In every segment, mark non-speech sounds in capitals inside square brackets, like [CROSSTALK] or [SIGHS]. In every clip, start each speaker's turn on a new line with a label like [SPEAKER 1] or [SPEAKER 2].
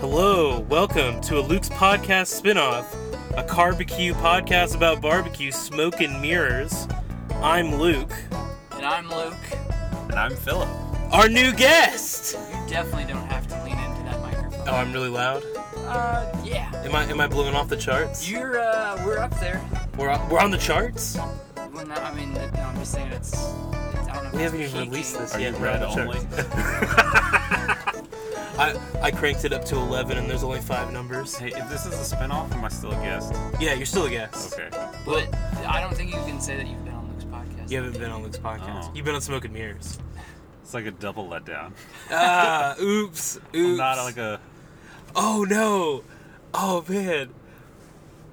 [SPEAKER 1] Hello, welcome to a Luke's podcast spinoff, a barbecue podcast about barbecue, smoke and mirrors. I'm Luke.
[SPEAKER 2] And I'm Luke.
[SPEAKER 3] And I'm Philip.
[SPEAKER 1] Our new guest.
[SPEAKER 2] You definitely don't have to lean into that microphone.
[SPEAKER 1] Oh, I'm really loud.
[SPEAKER 2] Uh, yeah.
[SPEAKER 1] Am I am I blowing off the charts?
[SPEAKER 2] You're, uh, we're up there.
[SPEAKER 1] We're on, we're on the charts.
[SPEAKER 2] Well, no, I mean, no, I'm just saying it's, it's I don't know.
[SPEAKER 1] We
[SPEAKER 2] if
[SPEAKER 1] haven't
[SPEAKER 2] it's
[SPEAKER 1] even released
[SPEAKER 2] peaking.
[SPEAKER 1] this
[SPEAKER 3] Are
[SPEAKER 1] yet.
[SPEAKER 3] you
[SPEAKER 1] we're on
[SPEAKER 3] red
[SPEAKER 1] the
[SPEAKER 3] only?
[SPEAKER 1] charts. I I cranked it up to 11 and there's only five numbers.
[SPEAKER 3] [LAUGHS] hey, if this is a spinoff, am I still a guest?
[SPEAKER 1] Yeah, you're still a guest.
[SPEAKER 3] Okay.
[SPEAKER 2] But I don't think you can say that you've been on Luke's podcast.
[SPEAKER 1] You haven't been on Luke's podcast.
[SPEAKER 3] Oh.
[SPEAKER 1] You've been on Smoke and Mirrors.
[SPEAKER 3] It's like a double letdown. [LAUGHS]
[SPEAKER 1] Ah, oops, oops.
[SPEAKER 3] Not like a.
[SPEAKER 1] Oh no! Oh man!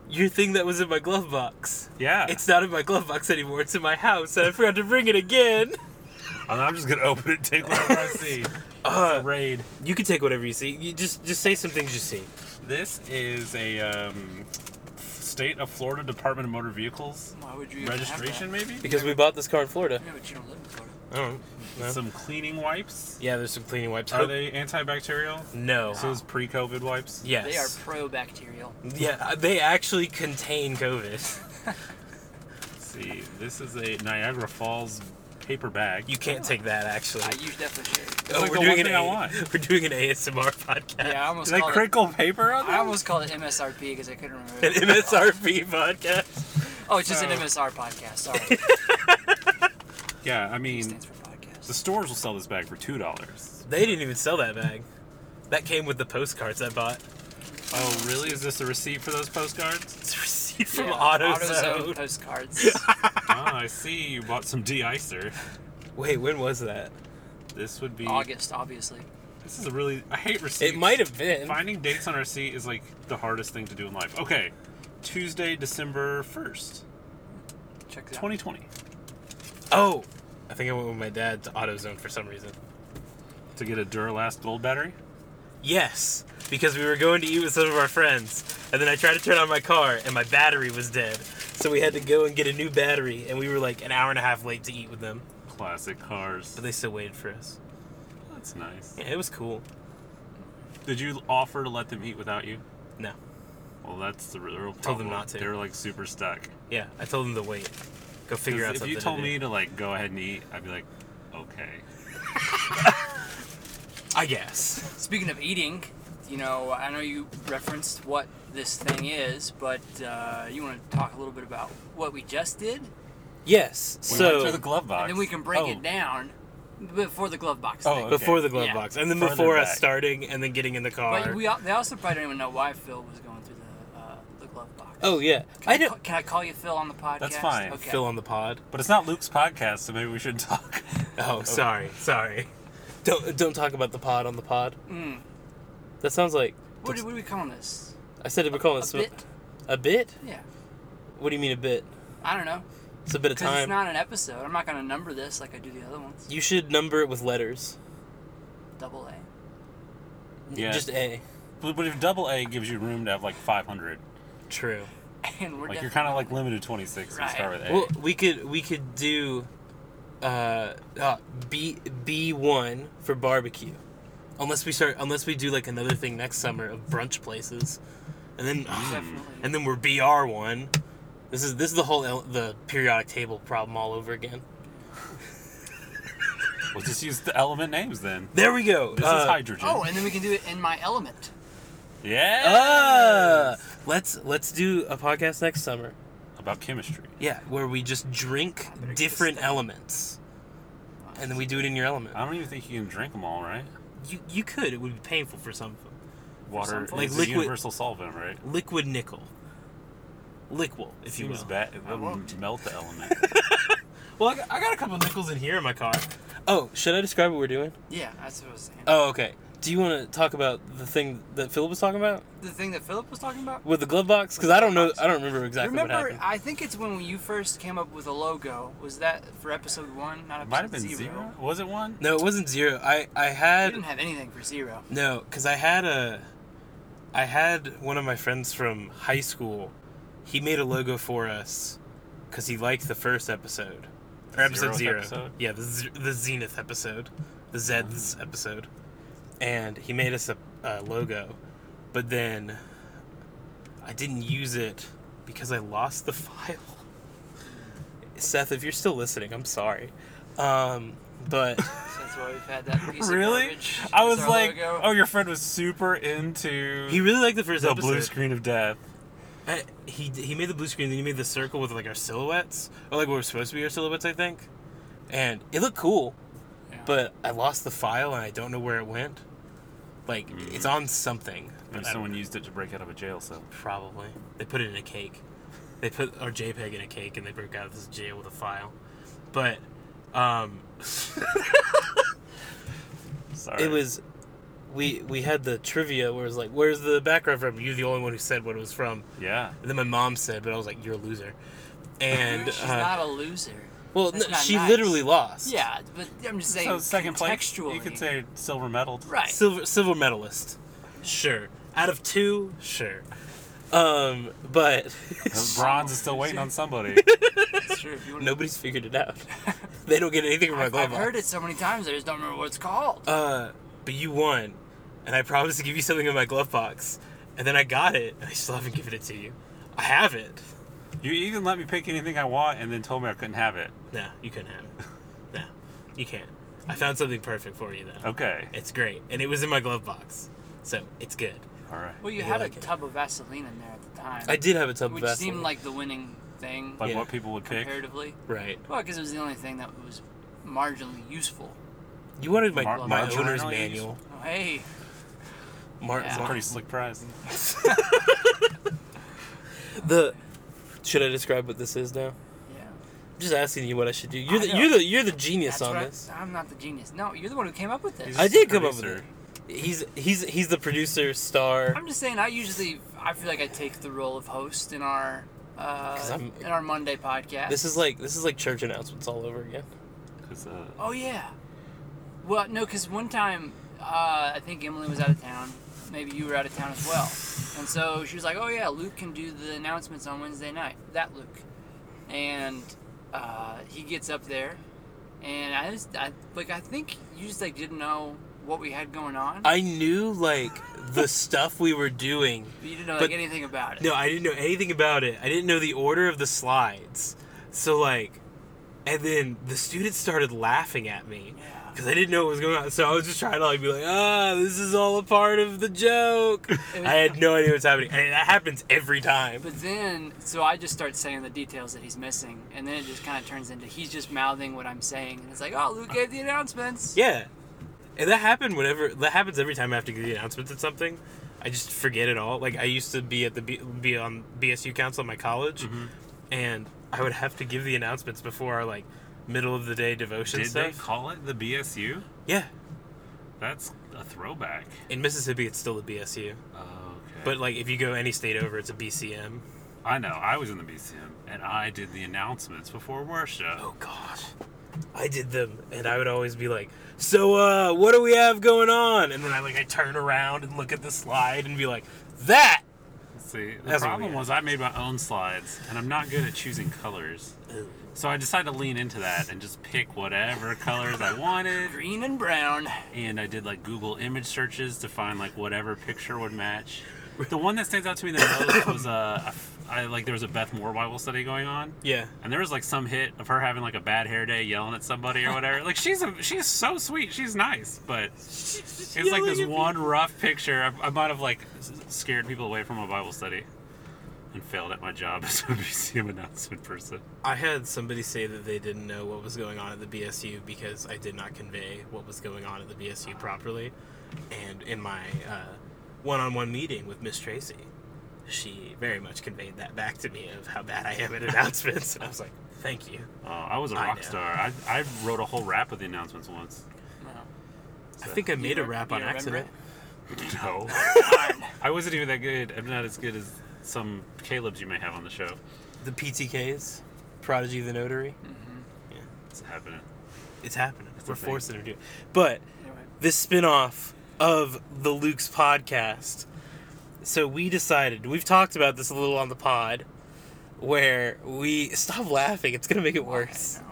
[SPEAKER 1] Your thing that was in my glove box.
[SPEAKER 3] Yeah.
[SPEAKER 1] [LAUGHS] It's not in my glove box anymore. It's in my house, and I forgot to bring it again.
[SPEAKER 3] I'm I'm just gonna open it, take whatever I see.
[SPEAKER 1] [LAUGHS] Uh,
[SPEAKER 3] Raid.
[SPEAKER 1] you can take whatever you see. You just just say some things you see.
[SPEAKER 3] This is a um, state of Florida Department of Motor Vehicles
[SPEAKER 2] Why would you even have
[SPEAKER 3] registration,
[SPEAKER 2] that?
[SPEAKER 3] maybe.
[SPEAKER 1] Because we bought this car in Florida.
[SPEAKER 2] Yeah, but you don't live in Florida.
[SPEAKER 1] Oh.
[SPEAKER 3] Some cleaning wipes.
[SPEAKER 1] Yeah, there's some cleaning wipes.
[SPEAKER 3] Are they antibacterial?
[SPEAKER 1] No.
[SPEAKER 3] So is pre-COVID wipes.
[SPEAKER 2] They are
[SPEAKER 1] yes.
[SPEAKER 2] pro-bacterial.
[SPEAKER 1] Yeah, uh, they actually contain COVID.
[SPEAKER 3] Let's see, this is a Niagara Falls paper bag.
[SPEAKER 1] You can't take that actually.
[SPEAKER 2] I use definitely should.
[SPEAKER 1] Oh,
[SPEAKER 3] like the one thing I want.
[SPEAKER 1] [LAUGHS] We're doing an ASMR podcast.
[SPEAKER 2] Yeah, I almost
[SPEAKER 3] Did I
[SPEAKER 2] called it.
[SPEAKER 3] crinkle paper on
[SPEAKER 2] I
[SPEAKER 3] that?
[SPEAKER 2] almost called it MSRP because I couldn't remember.
[SPEAKER 1] [LAUGHS] An MSRP podcast.
[SPEAKER 2] Oh, it's just an
[SPEAKER 3] No.
[SPEAKER 2] MSR
[SPEAKER 1] [LAUGHS]
[SPEAKER 2] podcast. Sorry,
[SPEAKER 3] Yeah, I
[SPEAKER 2] it
[SPEAKER 3] mean,
[SPEAKER 2] stands for podcast.
[SPEAKER 3] the stores will sell this bag for two dollars.
[SPEAKER 1] They didn't even sell that bag. That came with the postcards I bought. [LAUGHS]
[SPEAKER 3] Oh, really? Is this a receipt for those postcards?
[SPEAKER 1] It's received from
[SPEAKER 2] Yeah,
[SPEAKER 1] AutoZone. [LAUGHS]
[SPEAKER 2] postcards.
[SPEAKER 3] [LAUGHS] ah, I see. You bought some de-icer.
[SPEAKER 1] Wait, when was that?
[SPEAKER 3] This would be.
[SPEAKER 2] August, obviously.
[SPEAKER 3] This is a really. I hate receipts.
[SPEAKER 1] It might have been.
[SPEAKER 3] Finding dates on a receipt is like the hardest thing to do in life. Okay, Tuesday, December first,
[SPEAKER 2] Check that. out.
[SPEAKER 3] 2020.
[SPEAKER 1] Oh, I think I went with my dad to AutoZone for some reason.
[SPEAKER 3] To get a Duralast gold battery.
[SPEAKER 1] Yes, because we were going to eat with some of our friends, and then I tried to turn on my car, and my battery was dead. So we had to go and get a new battery, and we were like an hour and a half late to eat with them,
[SPEAKER 3] Classic cars.
[SPEAKER 1] but they still waited for us.
[SPEAKER 3] That's nice.
[SPEAKER 1] Yeah, it was cool.
[SPEAKER 3] Did you offer to let them eat without you?
[SPEAKER 1] No,
[SPEAKER 3] Well, that's the real problem.
[SPEAKER 1] Told them not to.
[SPEAKER 3] They're like super stuck.
[SPEAKER 1] yeah, I told them to wait, go
[SPEAKER 3] 'Cause
[SPEAKER 1] figure out
[SPEAKER 3] if
[SPEAKER 1] something.
[SPEAKER 3] you
[SPEAKER 1] to
[SPEAKER 3] told
[SPEAKER 1] do.
[SPEAKER 3] me to like go ahead and eat, I'd be like, okay.
[SPEAKER 1] I guess.
[SPEAKER 2] Speaking of eating, you know, I know you referenced what this thing is, but uh, you want to talk a little bit about what we just did,
[SPEAKER 1] Yes.
[SPEAKER 3] We
[SPEAKER 1] so
[SPEAKER 3] went through the glove box.
[SPEAKER 2] and then we can break
[SPEAKER 3] Oh,
[SPEAKER 2] it down before the glove box
[SPEAKER 3] Oh,
[SPEAKER 2] thing.
[SPEAKER 3] okay.
[SPEAKER 1] before the glove
[SPEAKER 2] Yeah.
[SPEAKER 1] box, and then
[SPEAKER 3] Further
[SPEAKER 1] before us
[SPEAKER 3] back.
[SPEAKER 1] starting, and then getting in the car.
[SPEAKER 2] But we al- they also probably don't even know why Phil was going through the uh, the glove box.
[SPEAKER 1] oh yeah,
[SPEAKER 2] Can
[SPEAKER 1] I
[SPEAKER 2] I,
[SPEAKER 1] don't.
[SPEAKER 2] ca- can I call you Phil on the podcast?
[SPEAKER 3] That's fine.
[SPEAKER 2] Okay.
[SPEAKER 1] Phil on the pod.
[SPEAKER 3] But it's not Luke's podcast, so maybe we should [LAUGHS] talk.
[SPEAKER 1] [LAUGHS] Oh, sorry, sorry. Don't don't talk about the pod on the pod.
[SPEAKER 2] Mm.
[SPEAKER 1] That sounds like
[SPEAKER 2] What, do, what do we call this?
[SPEAKER 1] I said it. We're calling
[SPEAKER 2] A
[SPEAKER 1] it sm-
[SPEAKER 2] bit?
[SPEAKER 1] a bit.
[SPEAKER 2] Yeah.
[SPEAKER 1] What do you mean a bit?
[SPEAKER 2] I don't know.
[SPEAKER 1] It's a bit of
[SPEAKER 2] Because
[SPEAKER 1] time.
[SPEAKER 2] it's not an episode. I'm not going to number this like I do the other ones.
[SPEAKER 1] you should number it with letters.
[SPEAKER 2] Double A. [LAUGHS]
[SPEAKER 3] Yeah.
[SPEAKER 1] Just a.
[SPEAKER 3] But, but if double A gives you room to have like 500,
[SPEAKER 1] True.
[SPEAKER 2] And we're
[SPEAKER 3] like
[SPEAKER 2] definitely
[SPEAKER 3] you're kind of like limited 26 when
[SPEAKER 2] Right.
[SPEAKER 3] you start with A.
[SPEAKER 1] Well, we could we could do uh, uh B B one for barbecue. Unless we start, unless we do like another thing next summer of brunch places, and then
[SPEAKER 2] definitely.
[SPEAKER 1] and then we're BR one. This is this is the whole el- the periodic table problem all over again.
[SPEAKER 3] we'll just use the element names then.
[SPEAKER 1] There we go.
[SPEAKER 3] This
[SPEAKER 1] Uh,
[SPEAKER 3] is hydrogen.
[SPEAKER 2] Oh, and then we can do it in my element.
[SPEAKER 3] yeah.
[SPEAKER 1] Uh, let's let's do a podcast next summer.
[SPEAKER 3] About chemistry.
[SPEAKER 1] Yeah, where we just drink
[SPEAKER 2] better get
[SPEAKER 1] different
[SPEAKER 2] this
[SPEAKER 1] elements, and then we do it in your element.
[SPEAKER 3] I don't even think you can drink them all, right?
[SPEAKER 1] You you could. It would be painful for some. of 'em.
[SPEAKER 3] Water
[SPEAKER 2] some
[SPEAKER 3] like
[SPEAKER 1] folks.
[SPEAKER 3] is
[SPEAKER 1] Like
[SPEAKER 3] a
[SPEAKER 1] liquid-
[SPEAKER 3] universal solvent, right?
[SPEAKER 1] Liquid nickel. Liquid, if you
[SPEAKER 3] Seems
[SPEAKER 1] will.
[SPEAKER 3] bad. It
[SPEAKER 2] won't.
[SPEAKER 3] would melt
[SPEAKER 2] [LAUGHS]
[SPEAKER 3] the element.
[SPEAKER 1] Well, I got, I got a couple nickels in here in my car. Oh, should I describe what we're doing?
[SPEAKER 2] Yeah, that's what I was saying.
[SPEAKER 1] Oh, okay. Do you want to talk about the thing that Philip was talking about
[SPEAKER 2] the thing that Philip was talking about?
[SPEAKER 1] with the glove box? Because I don't know. I don't remember exactly what
[SPEAKER 2] Remember,
[SPEAKER 1] happened.
[SPEAKER 2] I think it's when you first came up with a logo. Was that for episode one? Not episode
[SPEAKER 3] Might have been
[SPEAKER 2] zero.
[SPEAKER 3] zero. Was it one?
[SPEAKER 1] No, it wasn't zero. I I
[SPEAKER 2] We
[SPEAKER 1] had
[SPEAKER 2] didn't have anything for zero.
[SPEAKER 1] No, because I had a, I had one of my friends from high school. He made a logo for us, because he liked the first episode, or episode
[SPEAKER 3] Zeroth
[SPEAKER 1] zero.
[SPEAKER 3] episode? Mm-hmm.
[SPEAKER 1] Yeah, the Z- the Zenith episode, the Zeds episode, and he made us a, a logo, but then I didn't use it because I lost the [LAUGHS] file. Seth, if you're still listening, I'm sorry. Um, but
[SPEAKER 2] Since why we've had that piece
[SPEAKER 3] Really?
[SPEAKER 2] of garbage.
[SPEAKER 3] I
[SPEAKER 2] as
[SPEAKER 3] was
[SPEAKER 2] our
[SPEAKER 3] like,
[SPEAKER 2] logo.
[SPEAKER 3] oh, your friend was super into
[SPEAKER 1] he really liked the first
[SPEAKER 3] the
[SPEAKER 1] episode.
[SPEAKER 3] blue screen of death.
[SPEAKER 1] I, Eh, he he made the blue screen, then he made the circle with like our silhouettes, or like what were supposed to be our silhouettes, I think. And it looked cool,
[SPEAKER 2] Yeah.
[SPEAKER 1] but I lost the file and I don't know where it went. Like it's on something. but
[SPEAKER 3] Maybe
[SPEAKER 1] I don't-
[SPEAKER 3] someone used it to break out of a jail cell.
[SPEAKER 1] Probably. They put it in a cake. They put our JPEG in a cake and they broke out of this jail with a file. But um,
[SPEAKER 3] Sorry.
[SPEAKER 1] it was we we had the trivia where it was like, "Where's the background from?" You're the only one who said what it was from.
[SPEAKER 3] Yeah.
[SPEAKER 1] And then my mom said, but I was like, "You're a loser." And
[SPEAKER 2] [LAUGHS] She's
[SPEAKER 1] uh,
[SPEAKER 2] not a loser.
[SPEAKER 1] well,
[SPEAKER 2] that's
[SPEAKER 1] no,
[SPEAKER 2] not
[SPEAKER 1] she
[SPEAKER 2] nice.
[SPEAKER 1] literally lost.
[SPEAKER 2] Yeah, but I'm just saying
[SPEAKER 3] So second place.
[SPEAKER 2] contextually.
[SPEAKER 3] You could say silver medaled.
[SPEAKER 2] right.
[SPEAKER 1] Silver silver medalist. Sure. Out of two, sure. Um, but [LAUGHS]
[SPEAKER 3] Bronze is still waiting on somebody.
[SPEAKER 2] It's true. If you wanna-
[SPEAKER 1] nobody's figured it [LAUGHS] out. they don't get anything from my
[SPEAKER 2] I've,
[SPEAKER 1] glove
[SPEAKER 2] I've
[SPEAKER 1] box.
[SPEAKER 2] heard it so many times. I just don't remember what it's called.
[SPEAKER 1] uh, but you won, and I promised to give you something in my glove box, and then I got it, and I still haven't given it to you. I have it.
[SPEAKER 3] you even let me pick anything I want and then told me I couldn't have it.
[SPEAKER 1] No, you couldn't have it. No, you can't. I found something perfect for you though.
[SPEAKER 3] Okay.
[SPEAKER 1] It's great, and it was in my glove box, so it's good.
[SPEAKER 3] All right.
[SPEAKER 2] well, you
[SPEAKER 1] you
[SPEAKER 2] had
[SPEAKER 1] like
[SPEAKER 2] a
[SPEAKER 1] it.
[SPEAKER 2] tub of Vaseline in there at the time.
[SPEAKER 1] I did have a tub
[SPEAKER 2] Which
[SPEAKER 1] of Vaseline.
[SPEAKER 2] seemed like the winning thing
[SPEAKER 3] Like
[SPEAKER 1] Yeah.
[SPEAKER 3] what people would pick.
[SPEAKER 2] comparatively.
[SPEAKER 1] right.
[SPEAKER 2] Well, because it was the only thing that was marginally useful.
[SPEAKER 1] You wanted my,
[SPEAKER 3] Mar-
[SPEAKER 1] my
[SPEAKER 3] marginally
[SPEAKER 1] owner's
[SPEAKER 3] useful.
[SPEAKER 1] manual.
[SPEAKER 2] Oh, hey,
[SPEAKER 1] Mar-
[SPEAKER 2] Yeah.
[SPEAKER 1] Mar-
[SPEAKER 2] [LAUGHS]
[SPEAKER 3] Pretty slick prize.
[SPEAKER 1] [LAUGHS] the should I describe what this is now?
[SPEAKER 2] yeah.
[SPEAKER 1] I'm just asking you what I should do. You're
[SPEAKER 2] I
[SPEAKER 1] the
[SPEAKER 2] know.
[SPEAKER 1] you're the you're the genius
[SPEAKER 2] That's
[SPEAKER 1] on
[SPEAKER 2] what I-
[SPEAKER 1] this.
[SPEAKER 2] I'm not the genius. No, you're the one who came up with this.
[SPEAKER 1] I
[SPEAKER 3] He's
[SPEAKER 1] did
[SPEAKER 3] the
[SPEAKER 1] come up with it.
[SPEAKER 3] producer.
[SPEAKER 1] He's he's he's the producer star.
[SPEAKER 2] I'm just saying. I usually, I feel like I take the role of host in our, uh,
[SPEAKER 1] I'm-
[SPEAKER 2] in our Monday podcast.
[SPEAKER 1] This is like this is like church announcements all over again.
[SPEAKER 3] 'Cause, uh,
[SPEAKER 2] Oh yeah. Well, no, because one time uh, I think Emily was out of town. Maybe you were out of town as well. And so she was like, "Oh yeah, Luke can do the announcements on Wednesday night." That Luke, and uh, he gets up there, and I just I, like I think you just like didn't know what we had going on.
[SPEAKER 1] I knew like
[SPEAKER 2] [LAUGHS]
[SPEAKER 1] the stuff we were doing.
[SPEAKER 2] but you didn't know like
[SPEAKER 1] but-
[SPEAKER 2] anything about it.
[SPEAKER 1] No, I didn't know anything about it. I didn't know the order of the slides. So like and then the students started laughing at me
[SPEAKER 2] Yeah.
[SPEAKER 1] because I didn't know what was going on. So I was just trying to like be like, ah, this is all a part of the joke.
[SPEAKER 3] [LAUGHS]
[SPEAKER 2] was-
[SPEAKER 1] I had no idea what's happening. And that happens every time.
[SPEAKER 2] But then, so I just start saying the details that he's missing, and then it just kind of turns into he's just mouthing what I'm saying, and it's like, "Oh, Luke gave the announcements."
[SPEAKER 1] Yeah. And that happened whenever that happens every time I have to give the announcements at something. I just forget it all. Like I used to be at the B, be on BSU council at my college,
[SPEAKER 3] Mm-hmm.
[SPEAKER 1] and I would have to give the announcements before our like middle of the day devotion
[SPEAKER 3] Did they
[SPEAKER 1] stuff.
[SPEAKER 3] call it the BSU?
[SPEAKER 1] yeah,
[SPEAKER 3] That's a throwback.
[SPEAKER 1] in Mississippi it's still the BSU,
[SPEAKER 3] Okay.
[SPEAKER 1] but like if you go any state over, it's a BCM.
[SPEAKER 3] I know. I was in the BCM and I did the announcements before worship.
[SPEAKER 1] Oh gosh, I did them, and I would always be like, "So, uh, what do we have going on?" And then I like I turn around and look at the slide and be like, "That."
[SPEAKER 3] See, the
[SPEAKER 1] That's what we
[SPEAKER 3] problem
[SPEAKER 1] got.
[SPEAKER 3] was I made my own slides and I'm not good at choosing colors. So I decided to lean into that and just pick whatever colors I wanted.
[SPEAKER 2] Green and brown.
[SPEAKER 3] and I did like Google image searches to find like whatever picture would match. The one that stands out to me the most was uh, I like there was a Beth Moore Bible study going on,
[SPEAKER 1] Yeah.
[SPEAKER 3] and there was like some hit of her having like a bad hair day, yelling at somebody or whatever. Like she's a she's so sweet, she's nice, but it's like this one rough picture. I, I might have like s- scared people away from a Bible study, and failed at my job [LAUGHS] as a museum announcement person.
[SPEAKER 1] I had somebody say that they didn't know what was going on at the BSU because I did not convey what was going on at the BSU properly. And in my uh, one-on-one meeting with Miss Tracy, she very much conveyed that back to me of how bad I am [LAUGHS] at announcements, and I was like, "Thank you."
[SPEAKER 3] Uh, I was a
[SPEAKER 1] I
[SPEAKER 3] rock
[SPEAKER 1] know.
[SPEAKER 3] star. I, I wrote a whole rap with the announcements once. [LAUGHS]
[SPEAKER 2] No.
[SPEAKER 1] I think I made a
[SPEAKER 2] re-
[SPEAKER 1] rap
[SPEAKER 2] you
[SPEAKER 1] on
[SPEAKER 2] remember
[SPEAKER 1] accident. [LAUGHS]
[SPEAKER 3] No.
[SPEAKER 2] Darn.
[SPEAKER 3] I wasn't even that good. I'm not as good as some Caleb's you may have on the show.
[SPEAKER 1] The PTKs, Prodigy the Notary.
[SPEAKER 2] Mm-hmm.
[SPEAKER 3] It's happening.
[SPEAKER 1] It's happening.
[SPEAKER 3] a
[SPEAKER 1] We're
[SPEAKER 3] thing.
[SPEAKER 1] forcing her to. do it. But
[SPEAKER 2] Anyway,
[SPEAKER 1] this spin-off of the Luke's podcast. So we decided, we've talked about this a little on the pod, where we stop laughing, it's gonna make it worse.
[SPEAKER 3] [LAUGHS]
[SPEAKER 2] I know.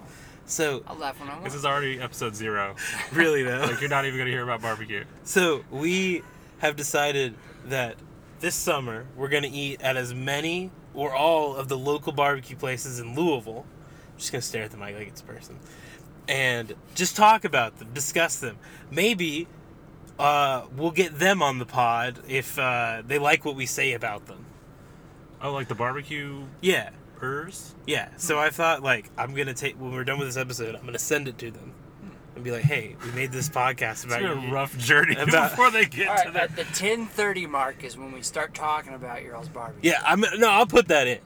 [SPEAKER 1] So
[SPEAKER 2] I'll laugh when I want.
[SPEAKER 3] This is already
[SPEAKER 1] [LAUGHS]
[SPEAKER 3] episode zero. [LAUGHS]
[SPEAKER 1] really though.
[SPEAKER 3] Like you're not even gonna hear about barbecue.
[SPEAKER 1] So we have decided that this summer we're gonna eat at as many or all of the local barbecue places in Louisville. I'm just gonna stare at the mic like it's a person, and just talk about them, discuss them. Maybe uh, we'll get them on the pod if uh, they like what we say about them.
[SPEAKER 3] Oh, like the barbecue
[SPEAKER 1] Yeah,
[SPEAKER 3] burgers?
[SPEAKER 1] yeah. So I thought like I'm gonna take when we're done with this episode, I'm gonna send it to them and be like, hey, we made this podcast
[SPEAKER 3] It's
[SPEAKER 1] about
[SPEAKER 3] been a
[SPEAKER 1] your
[SPEAKER 3] rough journey
[SPEAKER 1] [LAUGHS] About-
[SPEAKER 3] [LAUGHS] before they get
[SPEAKER 2] All
[SPEAKER 3] to
[SPEAKER 2] right,
[SPEAKER 3] that.
[SPEAKER 2] at the ten thirty mark is when we start talking about your all's barbecue.
[SPEAKER 1] Yeah, I'm no, I'll put that in.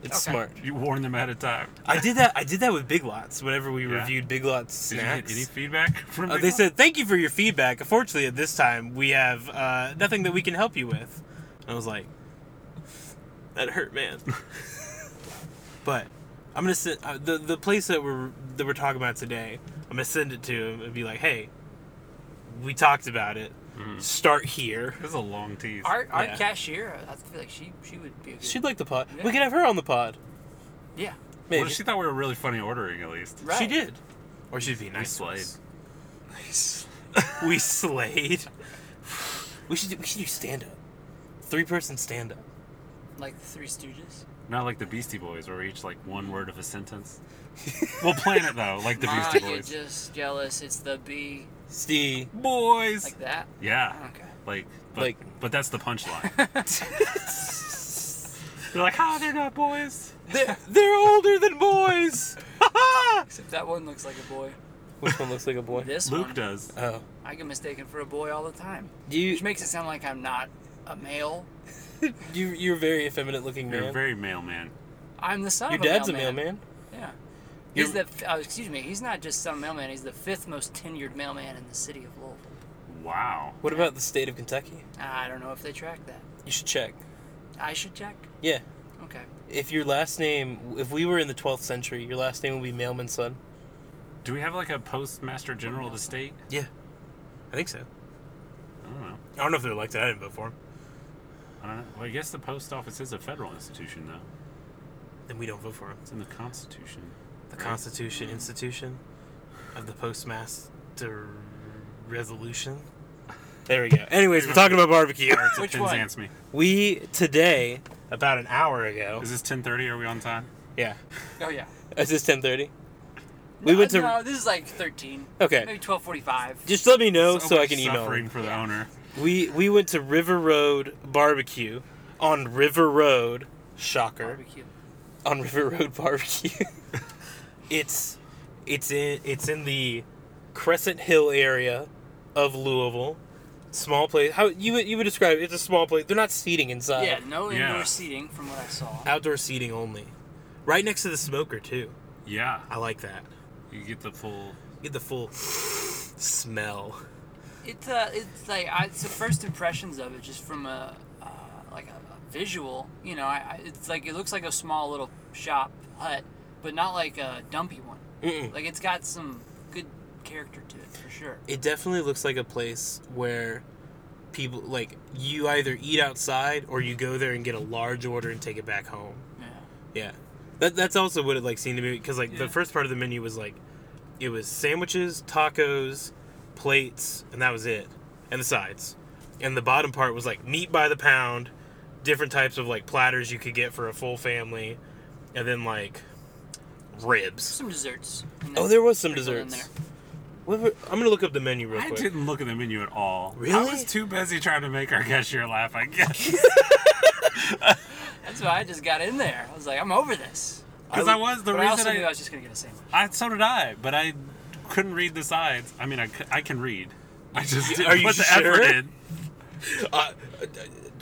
[SPEAKER 1] It's
[SPEAKER 2] Okay.
[SPEAKER 1] smart.
[SPEAKER 3] You warn them ahead of time.
[SPEAKER 1] I did that. I did that with Big Lots. Whenever we
[SPEAKER 3] Yeah.
[SPEAKER 1] reviewed Big Lots
[SPEAKER 3] Did you get
[SPEAKER 1] snacks,
[SPEAKER 3] any feedback from?
[SPEAKER 1] Uh,
[SPEAKER 3] Big
[SPEAKER 1] they
[SPEAKER 3] Lots?
[SPEAKER 1] said thank you for your feedback. Unfortunately, at this time we have uh, nothing that we can help you with. I was like, that hurt,
[SPEAKER 3] [LAUGHS]
[SPEAKER 1] man. but I'm gonna send uh, the the place that we're that we're talking about today. I'm gonna send it to him and be like, hey, we talked about it.
[SPEAKER 3] Mm-hmm.
[SPEAKER 1] Start here.
[SPEAKER 3] This is a long tease.
[SPEAKER 2] Our, our
[SPEAKER 1] Yeah.
[SPEAKER 2] cashier, I feel like she she would be a good.
[SPEAKER 1] She'd like the pod.
[SPEAKER 2] Yeah.
[SPEAKER 1] We could have her on the pod.
[SPEAKER 2] yeah,
[SPEAKER 1] Maybe.
[SPEAKER 3] Well, she thought we were really funny ordering, at least.
[SPEAKER 2] right.
[SPEAKER 1] She did. Or she'd be
[SPEAKER 3] We
[SPEAKER 1] nice. to
[SPEAKER 3] slayed.
[SPEAKER 1] us. [LAUGHS] we slayed. We should do, we should do stand up. Three person stand up.
[SPEAKER 2] Like the Three Stooges.
[SPEAKER 3] Not like the Beastie Boys, where each like one word of
[SPEAKER 2] [LAUGHS]
[SPEAKER 3] a sentence. we'll plan it though, like the
[SPEAKER 2] Ma,
[SPEAKER 3] Beastie
[SPEAKER 2] you're
[SPEAKER 3] Boys.
[SPEAKER 2] just jealous. It's the B
[SPEAKER 1] Steve.
[SPEAKER 3] Boys.
[SPEAKER 2] like that.
[SPEAKER 3] yeah.
[SPEAKER 2] Okay.
[SPEAKER 3] Like, but,
[SPEAKER 1] Like-
[SPEAKER 3] but that's the
[SPEAKER 2] [LAUGHS]
[SPEAKER 3] punchline. They're like, how they're not boys.
[SPEAKER 1] [LAUGHS] They're, they're older than [LAUGHS] boys.
[SPEAKER 2] Except that one looks like a boy.
[SPEAKER 1] Which one looks like a boy?
[SPEAKER 2] This
[SPEAKER 3] Luke
[SPEAKER 2] one, Uh,
[SPEAKER 3] does.
[SPEAKER 1] Oh.
[SPEAKER 2] I get mistaken for a boy all the time,
[SPEAKER 1] You
[SPEAKER 2] which makes it sound like I'm not a male.
[SPEAKER 1] you you're a very effeminate looking
[SPEAKER 3] You're
[SPEAKER 1] man.
[SPEAKER 3] a very mailman.
[SPEAKER 2] I'm the son
[SPEAKER 1] Your
[SPEAKER 2] of
[SPEAKER 1] dad's
[SPEAKER 2] a
[SPEAKER 1] a
[SPEAKER 2] mailman.
[SPEAKER 1] mailman.
[SPEAKER 2] Yeah. He's
[SPEAKER 1] You're-
[SPEAKER 2] the f- oh, excuse me. He's not just some mailman. He's the fifth most tenured mailman in the city of Louisville.
[SPEAKER 3] Wow.
[SPEAKER 1] What about the state of Kentucky?
[SPEAKER 2] I don't know if they track that.
[SPEAKER 1] You should check.
[SPEAKER 2] I should check.
[SPEAKER 1] Yeah.
[SPEAKER 2] Okay.
[SPEAKER 1] If your last name, if we were in the 12th century, your last name would be Mailman's son.
[SPEAKER 3] Do we have like a postmaster general of the state?
[SPEAKER 1] Yeah. I think so.
[SPEAKER 3] I don't know.
[SPEAKER 1] I don't know if they're like that. I didn't vote for him.
[SPEAKER 3] I don't know. Well, I guess the post office is a federal institution, though.
[SPEAKER 1] Then we don't vote for him.
[SPEAKER 3] It's in the Constitution.
[SPEAKER 1] The Constitution Institution of the Postmaster Resolution. There we go. Anyways, we're talking about barbecue.
[SPEAKER 2] Which
[SPEAKER 3] Pins
[SPEAKER 2] one?
[SPEAKER 3] ants me.
[SPEAKER 1] [LAUGHS] we today, about an hour ago.
[SPEAKER 3] Is this 10:30? Are we on time?
[SPEAKER 1] [LAUGHS] Yeah.
[SPEAKER 2] Oh yeah.
[SPEAKER 1] Is this ten thirty? We went to-
[SPEAKER 2] No, this is like 13.
[SPEAKER 1] Okay.
[SPEAKER 2] Maybe 12:45.
[SPEAKER 1] Just let me
[SPEAKER 2] Oh,
[SPEAKER 1] know
[SPEAKER 3] So
[SPEAKER 1] so I
[SPEAKER 3] much
[SPEAKER 1] can email.
[SPEAKER 3] Suffering
[SPEAKER 1] them.
[SPEAKER 3] for the
[SPEAKER 2] Yeah.
[SPEAKER 3] owner.
[SPEAKER 1] We we went to River Road Barbecue on River Road. Shocker.
[SPEAKER 2] Barbecue.
[SPEAKER 1] on River Road Barbecue. [LAUGHS] it's it's in it's in the Crescent Hill area of Louisville. Small place. How you would- you would describe it, it's a small place. They're not seating inside.
[SPEAKER 2] yeah. No
[SPEAKER 3] yeah.
[SPEAKER 2] indoor seating, from what I saw.
[SPEAKER 1] Outdoor seating only. Right next to the smoker too.
[SPEAKER 3] Yeah,
[SPEAKER 1] I like that.
[SPEAKER 3] you get the full.
[SPEAKER 1] You get the full smell.
[SPEAKER 2] It's uh, it's like I, it's the first impressions of it, just from a uh, like a, a visual. You know, I, I, it's like it looks like a small little shop hut, but not like a dumpy one.
[SPEAKER 1] Mm-mm.
[SPEAKER 2] Like it's got some good character to it for sure.
[SPEAKER 1] It definitely looks like a place where people like you either eat outside or you go there and get a large order and take it back home.
[SPEAKER 2] Yeah.
[SPEAKER 1] Yeah, that that's also what it like seemed to me because like
[SPEAKER 2] Yeah.
[SPEAKER 1] the first part of the menu was like, it was sandwiches, tacos, plates, and that was it, and the sides, and the bottom part was like meat by the pound, different types of like platters you could get for a full family, and then like ribs.
[SPEAKER 2] Some desserts. and
[SPEAKER 1] Oh,
[SPEAKER 2] that's
[SPEAKER 1] there was some
[SPEAKER 2] sprinkled in
[SPEAKER 1] desserts. What were- I'm gonna look up the menu real
[SPEAKER 3] I
[SPEAKER 1] quick.
[SPEAKER 3] didn't look at the menu at all. I
[SPEAKER 1] Really?
[SPEAKER 3] was too busy trying to make our cashier laugh.
[SPEAKER 1] [LAUGHS]
[SPEAKER 3] I guess
[SPEAKER 2] That's why I just got in there. I was like, I'm over this.
[SPEAKER 3] because I, was the
[SPEAKER 2] But I also
[SPEAKER 3] reason
[SPEAKER 2] knew I
[SPEAKER 3] I,
[SPEAKER 2] was just gonna get a sandwich.
[SPEAKER 3] I. So did I, but I couldn't read the sides. I mean, I, c- I can read. I just
[SPEAKER 1] [LAUGHS]
[SPEAKER 3] didn't
[SPEAKER 1] Are you
[SPEAKER 3] put the
[SPEAKER 1] sure?
[SPEAKER 3] effort in.
[SPEAKER 1] I,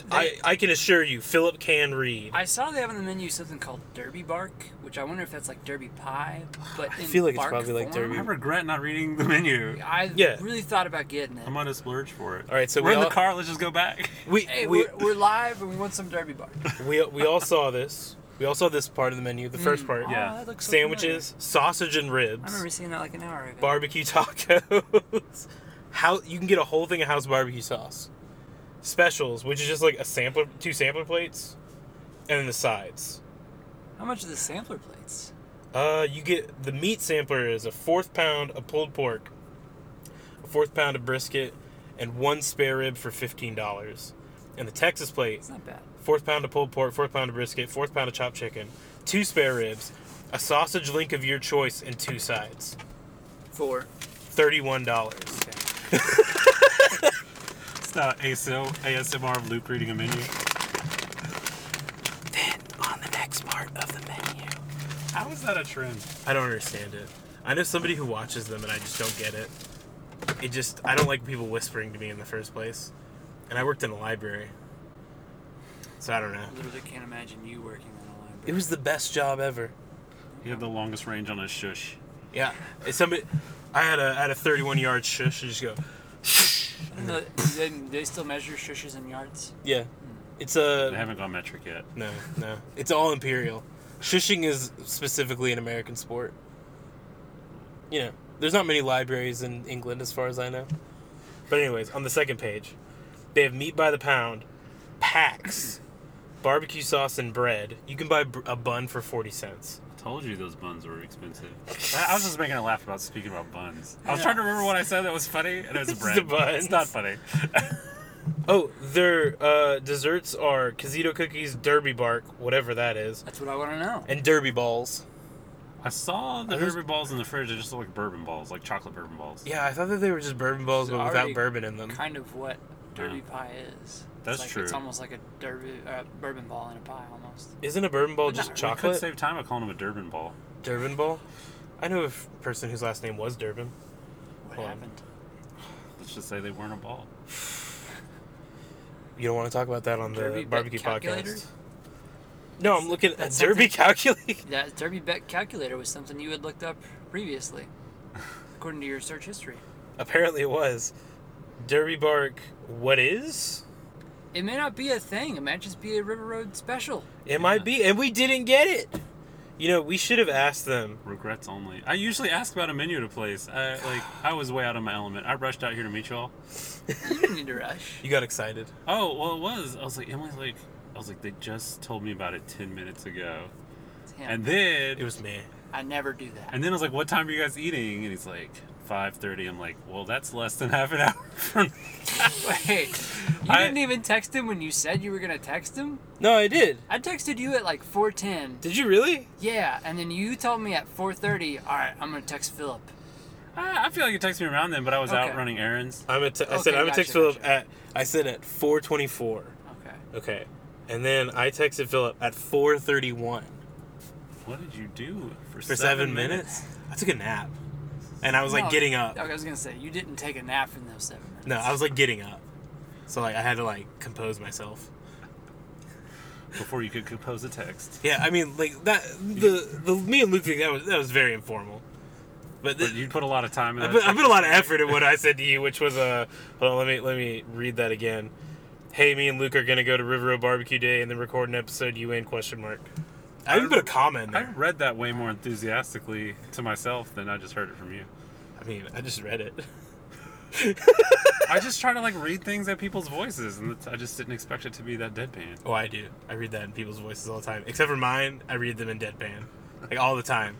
[SPEAKER 1] I I can assure you, Philip can read.
[SPEAKER 2] I saw they have on the menu something called Derby Bark, which I wonder if that's like Derby Pie, but in
[SPEAKER 1] feel like it's
[SPEAKER 2] bark
[SPEAKER 1] probably like
[SPEAKER 2] form.
[SPEAKER 3] I
[SPEAKER 1] Derby.
[SPEAKER 3] regret not reading the menu.
[SPEAKER 2] I
[SPEAKER 1] Yeah.
[SPEAKER 2] really thought about getting it.
[SPEAKER 3] I'm gonna splurge for it.
[SPEAKER 1] All right, so
[SPEAKER 3] we're
[SPEAKER 1] we
[SPEAKER 3] in
[SPEAKER 1] all-
[SPEAKER 3] the car. Let's just go back. [LAUGHS]
[SPEAKER 1] We,
[SPEAKER 2] Hey,
[SPEAKER 1] we,
[SPEAKER 2] we're, we're live and we want some Derby Bark.
[SPEAKER 1] we we all saw this. We all saw this part of the menu, the first part.
[SPEAKER 3] Yeah.
[SPEAKER 2] Oh, that looks so
[SPEAKER 1] Sandwiches, sausage and
[SPEAKER 2] familiar. I
[SPEAKER 1] ribs,
[SPEAKER 2] remember seeing that like an hour ago.
[SPEAKER 1] barbecue [LAUGHS] tacos. How you can get a whole thing of house barbecue sauce. Specials, which is just like a sampler, two sampler plates, and then the sides.
[SPEAKER 2] How much are the sampler plates?
[SPEAKER 1] Uh, you get the meat sampler is a fourth pound of pulled pork, a fourth pound of brisket, and one spare rib for fifteen dollars. and the Texas plate,
[SPEAKER 2] It's not bad.
[SPEAKER 1] fourth pound of pulled pork, fourth pound of brisket, fourth pound of chopped chicken, two spare ribs, a sausage link of your choice, and two sides.
[SPEAKER 2] Four.
[SPEAKER 1] Thirty-one dollars.
[SPEAKER 3] It's not ASO, ASMR of Luke reading a menu.
[SPEAKER 1] Then on the next part of the menu.
[SPEAKER 3] How is that a trend?
[SPEAKER 1] I don't understand it. I know somebody who watches them, and I just don't get it. It just I don't like people whispering to me in the first place, and I worked in a library, so I don't know.
[SPEAKER 2] I literally can't imagine you working in a library.
[SPEAKER 1] It was the best job ever.
[SPEAKER 3] He had the longest range on his shush.
[SPEAKER 1] Yeah, If somebody. I had a I had a 31 yard shush and just go. [LAUGHS]
[SPEAKER 2] The, then they still measure shushes in yards.
[SPEAKER 1] Yeah, it's
[SPEAKER 3] They
[SPEAKER 1] a
[SPEAKER 3] haven't gone metric yet.
[SPEAKER 1] no no. [LAUGHS] It's all imperial. Shushing is specifically an American sport. You know, there's not many libraries in England as far as I know. But anyways, on the second page, they have meat by the pound, packs, barbecue sauce and bread. You can buy br- a bun for 40 cents.
[SPEAKER 3] Told you those buns were expensive. I, I was just making a laugh about speaking about buns. I was
[SPEAKER 2] Yeah.
[SPEAKER 3] trying to remember what I said that was funny, and
[SPEAKER 1] [LAUGHS]
[SPEAKER 3] it was
[SPEAKER 1] It's
[SPEAKER 3] bread.
[SPEAKER 1] the buns.
[SPEAKER 3] It's not funny.
[SPEAKER 1] Oh, their uh, desserts are Casito cookies, Derby bark, whatever that is,
[SPEAKER 2] That's what I want to know.
[SPEAKER 1] and Derby balls.
[SPEAKER 3] I saw the
[SPEAKER 1] Are those-
[SPEAKER 3] bourbon balls in the fridge. They just look like bourbon balls, like chocolate bourbon balls.
[SPEAKER 1] Yeah, I thought that they were just bourbon balls,
[SPEAKER 2] It's
[SPEAKER 1] but without
[SPEAKER 2] already
[SPEAKER 1] bourbon in them.
[SPEAKER 2] Kind of what derby pie is.
[SPEAKER 3] Mm-hmm. That's
[SPEAKER 2] it's like,
[SPEAKER 3] true.
[SPEAKER 2] It's almost like a derby uh, bourbon ball in a pie almost.
[SPEAKER 1] Isn't a bourbon ball just
[SPEAKER 2] Not
[SPEAKER 3] We could
[SPEAKER 1] chocolate?
[SPEAKER 3] save time by calling them a Durban ball.
[SPEAKER 1] Durban ball. I know a f- person whose last name was Durbin.
[SPEAKER 2] What
[SPEAKER 1] Hold on.
[SPEAKER 2] happened?
[SPEAKER 3] Let's just say they weren't a ball.
[SPEAKER 1] You don't want to talk about that on the
[SPEAKER 2] Derby bet
[SPEAKER 1] barbecue
[SPEAKER 2] calculator?
[SPEAKER 1] podcast. No, I'm looking at
[SPEAKER 2] That's
[SPEAKER 1] Derby
[SPEAKER 2] something-
[SPEAKER 1] calculator. [LAUGHS]
[SPEAKER 2] That derby bet calculator was something you had looked up previously,
[SPEAKER 3] [LAUGHS]
[SPEAKER 2] according to your search history.
[SPEAKER 1] Apparently, it was Derby bark. What is?
[SPEAKER 2] It may not be a thing. It might just be a River Road special.
[SPEAKER 1] It might be, and we didn't get it. You know, we should have asked them.
[SPEAKER 3] Regrets only. I usually ask about a menu at a place. I, like I was way out of my element. I rushed out here to meet y'all.
[SPEAKER 2] You didn't need to
[SPEAKER 3] [LAUGHS]
[SPEAKER 2] rush.
[SPEAKER 1] You got excited.
[SPEAKER 3] Oh well, it was. I was like Emily's like. I was like they just told me about it ten minutes ago,
[SPEAKER 2] Damn,
[SPEAKER 3] and then
[SPEAKER 1] It was me.
[SPEAKER 2] I never do that.
[SPEAKER 3] and then I was like, what time are you guys eating? And he's like. 5:30. I'm like, well, that's less than [LAUGHS] half an hour from.
[SPEAKER 2] [LAUGHS] Wait, you
[SPEAKER 3] I-
[SPEAKER 2] didn't even text him when you said you were gonna text him.
[SPEAKER 1] No, I did.
[SPEAKER 2] I texted you at like 4:10.
[SPEAKER 1] Did you really?
[SPEAKER 2] Yeah, and then you told me at 4:30. All right, I'm gonna text Philip.
[SPEAKER 3] I, I feel like you texted me around then, but I was out
[SPEAKER 2] Okay.
[SPEAKER 3] running errands.
[SPEAKER 1] I'm a te- I said
[SPEAKER 2] Okay,
[SPEAKER 1] I'm a
[SPEAKER 2] gotcha,
[SPEAKER 1] text Philip
[SPEAKER 2] gotcha.
[SPEAKER 1] at. I said at 4:24.
[SPEAKER 2] Okay.
[SPEAKER 1] Okay, and then I texted Philip at 4:31.
[SPEAKER 3] What did you do for,
[SPEAKER 1] for seven, minutes? I took a nap, and I was like
[SPEAKER 2] No,
[SPEAKER 1] getting up.
[SPEAKER 2] Okay, I was gonna say you didn't take a nap in those seven minutes.
[SPEAKER 1] No, I was like getting up, so like I had to like compose myself.
[SPEAKER 3] before you could compose a text?
[SPEAKER 1] Yeah, I mean like that. The the me and Luke thing that was that was very informal, but,
[SPEAKER 3] But
[SPEAKER 1] th-
[SPEAKER 3] you put a lot of time in
[SPEAKER 1] I
[SPEAKER 3] that.
[SPEAKER 1] put I
[SPEAKER 3] text.
[SPEAKER 1] put a lot of effort in what I said to you, which was uh, hold on, let me let me read that again. Hey, me and Luke are gonna go to River Road Barbecue Day and then record an episode. You in? Question mark. I even put a comma in
[SPEAKER 3] I
[SPEAKER 1] there.
[SPEAKER 3] read that way more enthusiastically to myself than I just heard it from you.
[SPEAKER 1] I mean, I just read it.
[SPEAKER 3] I just try to like read things at people's voices, and it's- I just didn't expect it to be that deadpan.
[SPEAKER 1] Oh, I do. I read that in people's voices all the time. Except for mine, I read them in deadpan, like all the time.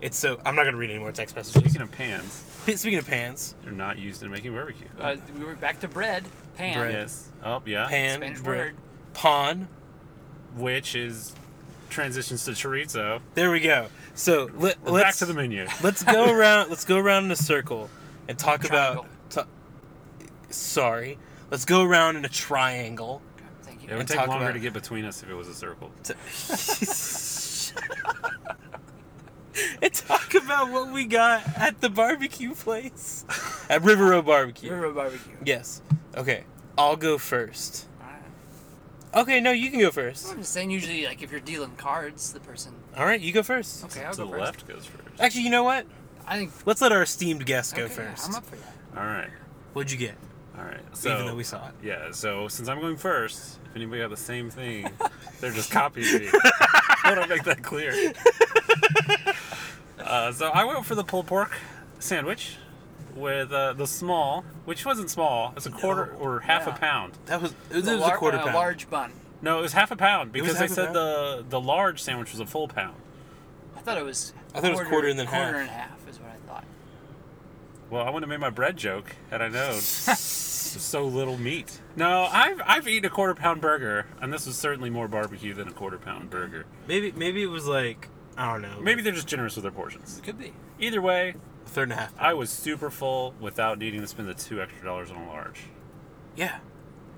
[SPEAKER 1] It's so I'm not gonna read any more text messages.
[SPEAKER 3] Speaking of pans,
[SPEAKER 1] Speaking of pans,
[SPEAKER 3] they're not used in making barbecue.
[SPEAKER 2] Uh, we were back to bread, pan,
[SPEAKER 1] Bread.
[SPEAKER 3] yes. Oh yeah.
[SPEAKER 1] pan,
[SPEAKER 2] Spanish
[SPEAKER 1] bre-
[SPEAKER 2] word.
[SPEAKER 1] pawn.
[SPEAKER 3] Which is transitions to chorizo.
[SPEAKER 1] There we go. So let,
[SPEAKER 3] We're
[SPEAKER 1] let's
[SPEAKER 3] back to the menu.
[SPEAKER 1] [LAUGHS] let's
[SPEAKER 3] [LAUGHS]
[SPEAKER 1] go around. Let's go around in a circle and talk
[SPEAKER 2] Triangle.
[SPEAKER 1] about. t- sorry, let's go around in a triangle.
[SPEAKER 2] Okay, Thank you.
[SPEAKER 3] It would
[SPEAKER 1] And
[SPEAKER 3] take
[SPEAKER 1] talk
[SPEAKER 3] longer
[SPEAKER 1] about-
[SPEAKER 3] to get between us if it was a circle.
[SPEAKER 1] T- [LAUGHS] and talk about what we got at the barbecue place at River Road Barbecue.
[SPEAKER 2] River Road barbecue.
[SPEAKER 1] Yes. Okay. I'll go first.
[SPEAKER 2] All right.
[SPEAKER 1] Okay, no, you can go first.
[SPEAKER 2] I'm just saying, usually, like if you're dealing cards, the person.
[SPEAKER 1] All right, you go first.
[SPEAKER 2] Okay, I'll
[SPEAKER 3] to the
[SPEAKER 2] go first.
[SPEAKER 3] left goes first.
[SPEAKER 1] Actually, you know what?
[SPEAKER 2] I think.
[SPEAKER 1] Let's let our esteemed guest go
[SPEAKER 2] okay, yeah,
[SPEAKER 1] first.
[SPEAKER 2] I'm up for that.
[SPEAKER 3] All right.
[SPEAKER 1] What'd you get?
[SPEAKER 3] All right. So
[SPEAKER 1] Even though we saw it.
[SPEAKER 3] Yeah, so since I'm going first, if anybody got the same
[SPEAKER 1] [LAUGHS]
[SPEAKER 3] thing, they're just copying me. I want to make
[SPEAKER 1] [LAUGHS]
[SPEAKER 3] that clear. Uh, so I went for the pulled pork sandwich with uh, the small, which wasn't small. It's a quarter
[SPEAKER 1] No.
[SPEAKER 3] or half
[SPEAKER 2] Yeah.
[SPEAKER 3] a pound.
[SPEAKER 1] That was this
[SPEAKER 2] A
[SPEAKER 1] was
[SPEAKER 2] lar-
[SPEAKER 1] a quarter
[SPEAKER 2] a
[SPEAKER 1] pound.
[SPEAKER 2] large bun.
[SPEAKER 3] No, it was half a pound
[SPEAKER 1] was
[SPEAKER 3] because they
[SPEAKER 1] half a
[SPEAKER 3] said
[SPEAKER 1] pound?
[SPEAKER 3] the the large sandwich was a full pound.
[SPEAKER 2] I thought it was.
[SPEAKER 1] I thought it was quarter and then half.
[SPEAKER 2] Quarter and half is what I thought.
[SPEAKER 3] well, I wouldn't have made my bread joke had
[SPEAKER 2] [LAUGHS]
[SPEAKER 3] I known so little meat. No, I've I've eaten a quarter pound burger, and this was certainly more barbecue than a quarter pound burger.
[SPEAKER 1] Maybe maybe it was like I don't know.
[SPEAKER 3] Maybe they're just generous with their portions.
[SPEAKER 2] Could be.
[SPEAKER 3] Either way,
[SPEAKER 1] a third and a half.
[SPEAKER 3] I was super full without needing to spend the two extra dollars on a large.
[SPEAKER 1] yeah.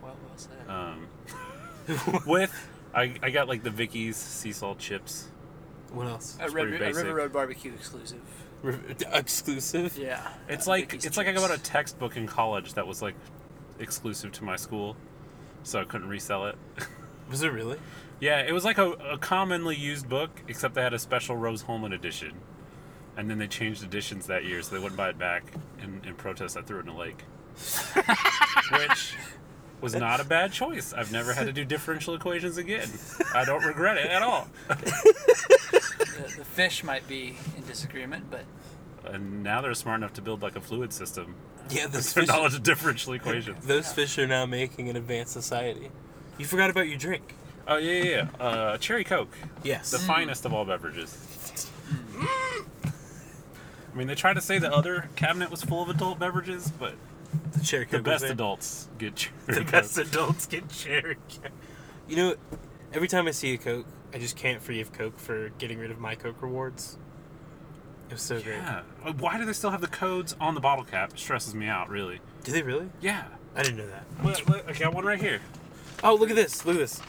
[SPEAKER 2] Well, well said.
[SPEAKER 3] Um, with I, I got like the Vicky's sea salt chips.
[SPEAKER 1] [LAUGHS] What else?
[SPEAKER 2] a,
[SPEAKER 3] it's
[SPEAKER 2] Red,
[SPEAKER 3] pretty
[SPEAKER 2] a River
[SPEAKER 3] basic.
[SPEAKER 2] Road barbecue exclusive.
[SPEAKER 1] Exclusive.
[SPEAKER 2] Yeah.
[SPEAKER 3] It's
[SPEAKER 2] Uh,
[SPEAKER 3] like
[SPEAKER 2] Vicky's
[SPEAKER 3] it's like I got a
[SPEAKER 2] chips.
[SPEAKER 3] textbook in college that was like exclusive to my school, so I couldn't resell it.
[SPEAKER 1] Was it really?
[SPEAKER 3] Yeah, it was like a, a commonly used book, except they had a special Rose Holman edition, and then they changed editions that year, so they wouldn't buy it back. And in protest, I threw it in a lake, which was not a bad choice. I've never had to do differential equations again. I don't regret it at all.
[SPEAKER 2] the, the fish might be in disagreement, but
[SPEAKER 3] And now they're smart enough to build like a fluid system.
[SPEAKER 1] Yeah.
[SPEAKER 3] That's
[SPEAKER 1] Those
[SPEAKER 3] their
[SPEAKER 1] fish,
[SPEAKER 3] knowledge of differential
[SPEAKER 1] [LAUGHS]
[SPEAKER 3] equations.
[SPEAKER 1] those fish are now making an advanced society. You forgot about your drink.
[SPEAKER 3] Oh yeah, yeah, yeah. Uh, cherry Coke,
[SPEAKER 1] Yes.
[SPEAKER 3] the finest of all beverages. I mean, they try to say the other cabinet was full of adult beverages, but
[SPEAKER 1] the cherry
[SPEAKER 3] The
[SPEAKER 1] Coke was
[SPEAKER 3] best
[SPEAKER 1] there.
[SPEAKER 3] adults get cherry
[SPEAKER 1] [LAUGHS] The
[SPEAKER 3] Coke.
[SPEAKER 1] best adults get cherry Coke. You know, every time I see a Coke, I just can't forgive Coke for getting rid of my Coke rewards. It was so
[SPEAKER 3] Yeah. Uh, Why do they still have the codes on the bottle cap? It stresses me out, really.
[SPEAKER 1] great. Do they really?
[SPEAKER 3] Yeah.
[SPEAKER 1] I didn't know that.
[SPEAKER 3] Look, look, I got one right here.
[SPEAKER 1] Oh, look at this! Look at this!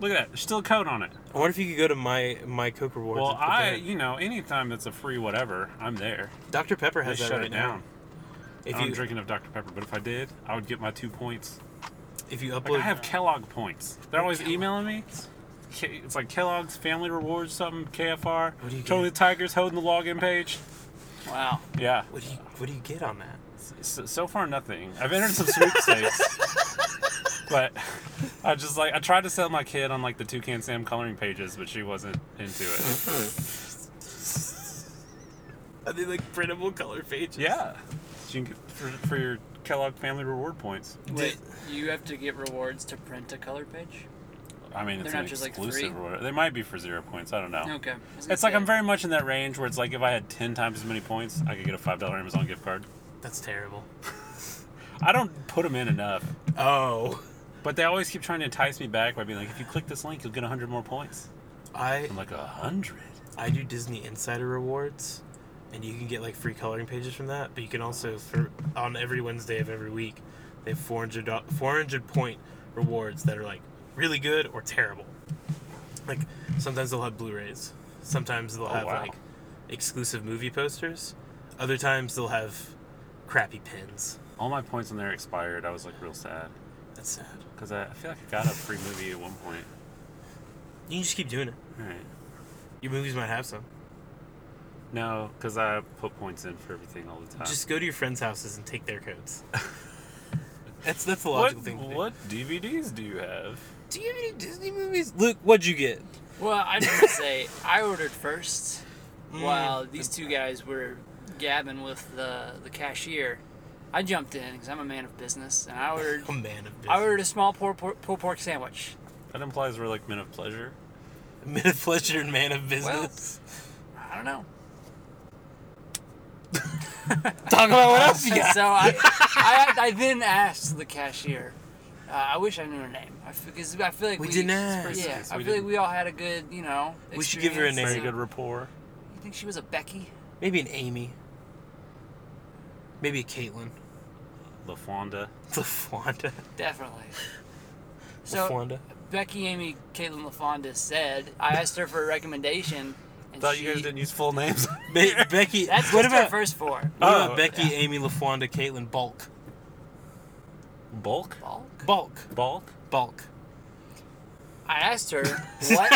[SPEAKER 3] Look at that. There's still a code on it.
[SPEAKER 1] I wonder if you could go to my my Coke rewards.
[SPEAKER 3] Well,
[SPEAKER 1] and put that
[SPEAKER 3] I,
[SPEAKER 1] in.
[SPEAKER 3] you know, anytime that's a free whatever, I'm there.
[SPEAKER 1] Dr Pepper
[SPEAKER 3] They
[SPEAKER 1] has that
[SPEAKER 3] shut
[SPEAKER 1] right
[SPEAKER 3] it
[SPEAKER 1] now.
[SPEAKER 3] down. I
[SPEAKER 1] If
[SPEAKER 3] don't
[SPEAKER 1] you
[SPEAKER 3] drink enough Dr. Pepper, but if I did, I would get my two points.
[SPEAKER 1] if you
[SPEAKER 3] Like,
[SPEAKER 1] upload,
[SPEAKER 3] I have Kellogg points. They're always
[SPEAKER 1] Kellogg
[SPEAKER 3] emailing me. K- It's like Kellogg's Family Rewards, something, KFR.
[SPEAKER 1] What do you
[SPEAKER 3] Totally
[SPEAKER 1] get?
[SPEAKER 3] Tigers holding the login page.
[SPEAKER 2] wow.
[SPEAKER 3] Yeah.
[SPEAKER 1] [LAUGHS] what do you what do you get on that?
[SPEAKER 3] So, so far, nothing. I've entered some sweepstakes, but I just like I tried to sell my kid on like the Toucan Sam coloring pages, but she wasn't into it.
[SPEAKER 1] Are they like printable color pages?
[SPEAKER 3] yeah, so you can get for, for your Kellogg Family Reward points.
[SPEAKER 2] Wait, you have to get rewards to print a color page?
[SPEAKER 3] I mean,
[SPEAKER 2] They're
[SPEAKER 3] it's an
[SPEAKER 2] not just, like,
[SPEAKER 3] exclusive
[SPEAKER 2] free?
[SPEAKER 3] or whatever. They might be for zero points. I don't know.
[SPEAKER 2] Okay. I was gonna
[SPEAKER 3] It's like
[SPEAKER 2] say,
[SPEAKER 3] I'm very much in that range where it's like if I had ten times as many points, I could get a five dollar Amazon gift card.
[SPEAKER 1] That's terrible.
[SPEAKER 3] I don't put them in enough,
[SPEAKER 1] Oh,
[SPEAKER 3] but they always keep trying to entice me back by being like, if you click this link, you'll get hundred more points.
[SPEAKER 1] I
[SPEAKER 3] I'm like a hundred.
[SPEAKER 1] I do Disney Insider Rewards, and you can get like free coloring pages from that. But you can also for on every Wednesday of every week, they have 400 do- 400 point rewards that are like really good or terrible. Like sometimes they'll have Blu-rays, sometimes they'll have
[SPEAKER 3] Oh, wow.
[SPEAKER 1] like exclusive movie posters, other times they'll have crappy pins.
[SPEAKER 3] All my points on there expired. I was like real sad
[SPEAKER 1] That's sad.
[SPEAKER 3] because I, I feel like I got a free movie at one point.
[SPEAKER 1] You can just keep doing it.
[SPEAKER 3] All right.
[SPEAKER 1] Your movies might have some.
[SPEAKER 3] No, because I put points in for everything all the time.
[SPEAKER 1] Just go to your friends' houses and take their
[SPEAKER 3] [LAUGHS]
[SPEAKER 1] codes. that's that's the
[SPEAKER 3] what,
[SPEAKER 1] logical thing. To do.
[SPEAKER 3] what DVDs do you have?
[SPEAKER 1] Do you have any Disney movies? Luke, what'd you get?
[SPEAKER 2] Well, I just want to say I
[SPEAKER 1] [LAUGHS]
[SPEAKER 2] ordered first,
[SPEAKER 1] Mm.
[SPEAKER 2] while these two guys were gabbing with the the cashier. I jumped in because I'm a man of business, and I
[SPEAKER 1] [LAUGHS]
[SPEAKER 2] ordered
[SPEAKER 1] A man of business.
[SPEAKER 2] I ordered a small pork pork, pulled pork sandwich.
[SPEAKER 3] That implies we're like men of pleasure.
[SPEAKER 1] [LAUGHS] man of pleasure and man of [LAUGHS]
[SPEAKER 2] [LAUGHS]
[SPEAKER 1] business.
[SPEAKER 2] I
[SPEAKER 1] [LAUGHS]
[SPEAKER 2] don't know.
[SPEAKER 1] Talk about what else you got.
[SPEAKER 2] so I, I I then asked the cashier. Uh, I wish I knew her name I f- because I feel like
[SPEAKER 1] We
[SPEAKER 2] we,
[SPEAKER 1] didn't ask.
[SPEAKER 2] Yeah,
[SPEAKER 3] Yes,
[SPEAKER 2] I
[SPEAKER 3] we
[SPEAKER 2] feel like
[SPEAKER 3] didn't.
[SPEAKER 2] we all had a good, you know.
[SPEAKER 1] We should give her a
[SPEAKER 2] experience.
[SPEAKER 1] name.
[SPEAKER 3] Very
[SPEAKER 1] Yeah.
[SPEAKER 3] good rapport.
[SPEAKER 2] You think she was a Becky?
[SPEAKER 1] Maybe an Amy. Maybe a [LAUGHS] Caitlin.
[SPEAKER 3] LaFonda.
[SPEAKER 1] LaFonda.
[SPEAKER 3] [LAUGHS]
[SPEAKER 2] Definitely. So [LAUGHS]
[SPEAKER 1] LaFonda.
[SPEAKER 2] Becky, Amy, Caitlin LaFonda said, I asked her for a recommendation, and
[SPEAKER 3] Thought
[SPEAKER 2] she,
[SPEAKER 3] you guys didn't use full names. [LAUGHS]
[SPEAKER 1] Be- Becky.
[SPEAKER 2] That's
[SPEAKER 1] what
[SPEAKER 2] just
[SPEAKER 1] about,
[SPEAKER 2] her first four.
[SPEAKER 1] what about
[SPEAKER 3] Oh,
[SPEAKER 1] Becky,
[SPEAKER 2] yeah.
[SPEAKER 1] Amy, LaFonda, Caitlin, Bulk?
[SPEAKER 3] Bulk.
[SPEAKER 2] Bulk?
[SPEAKER 1] Bulk.
[SPEAKER 3] Bulk.
[SPEAKER 1] Bulk.
[SPEAKER 2] I asked her,
[SPEAKER 3] [LAUGHS]
[SPEAKER 2] what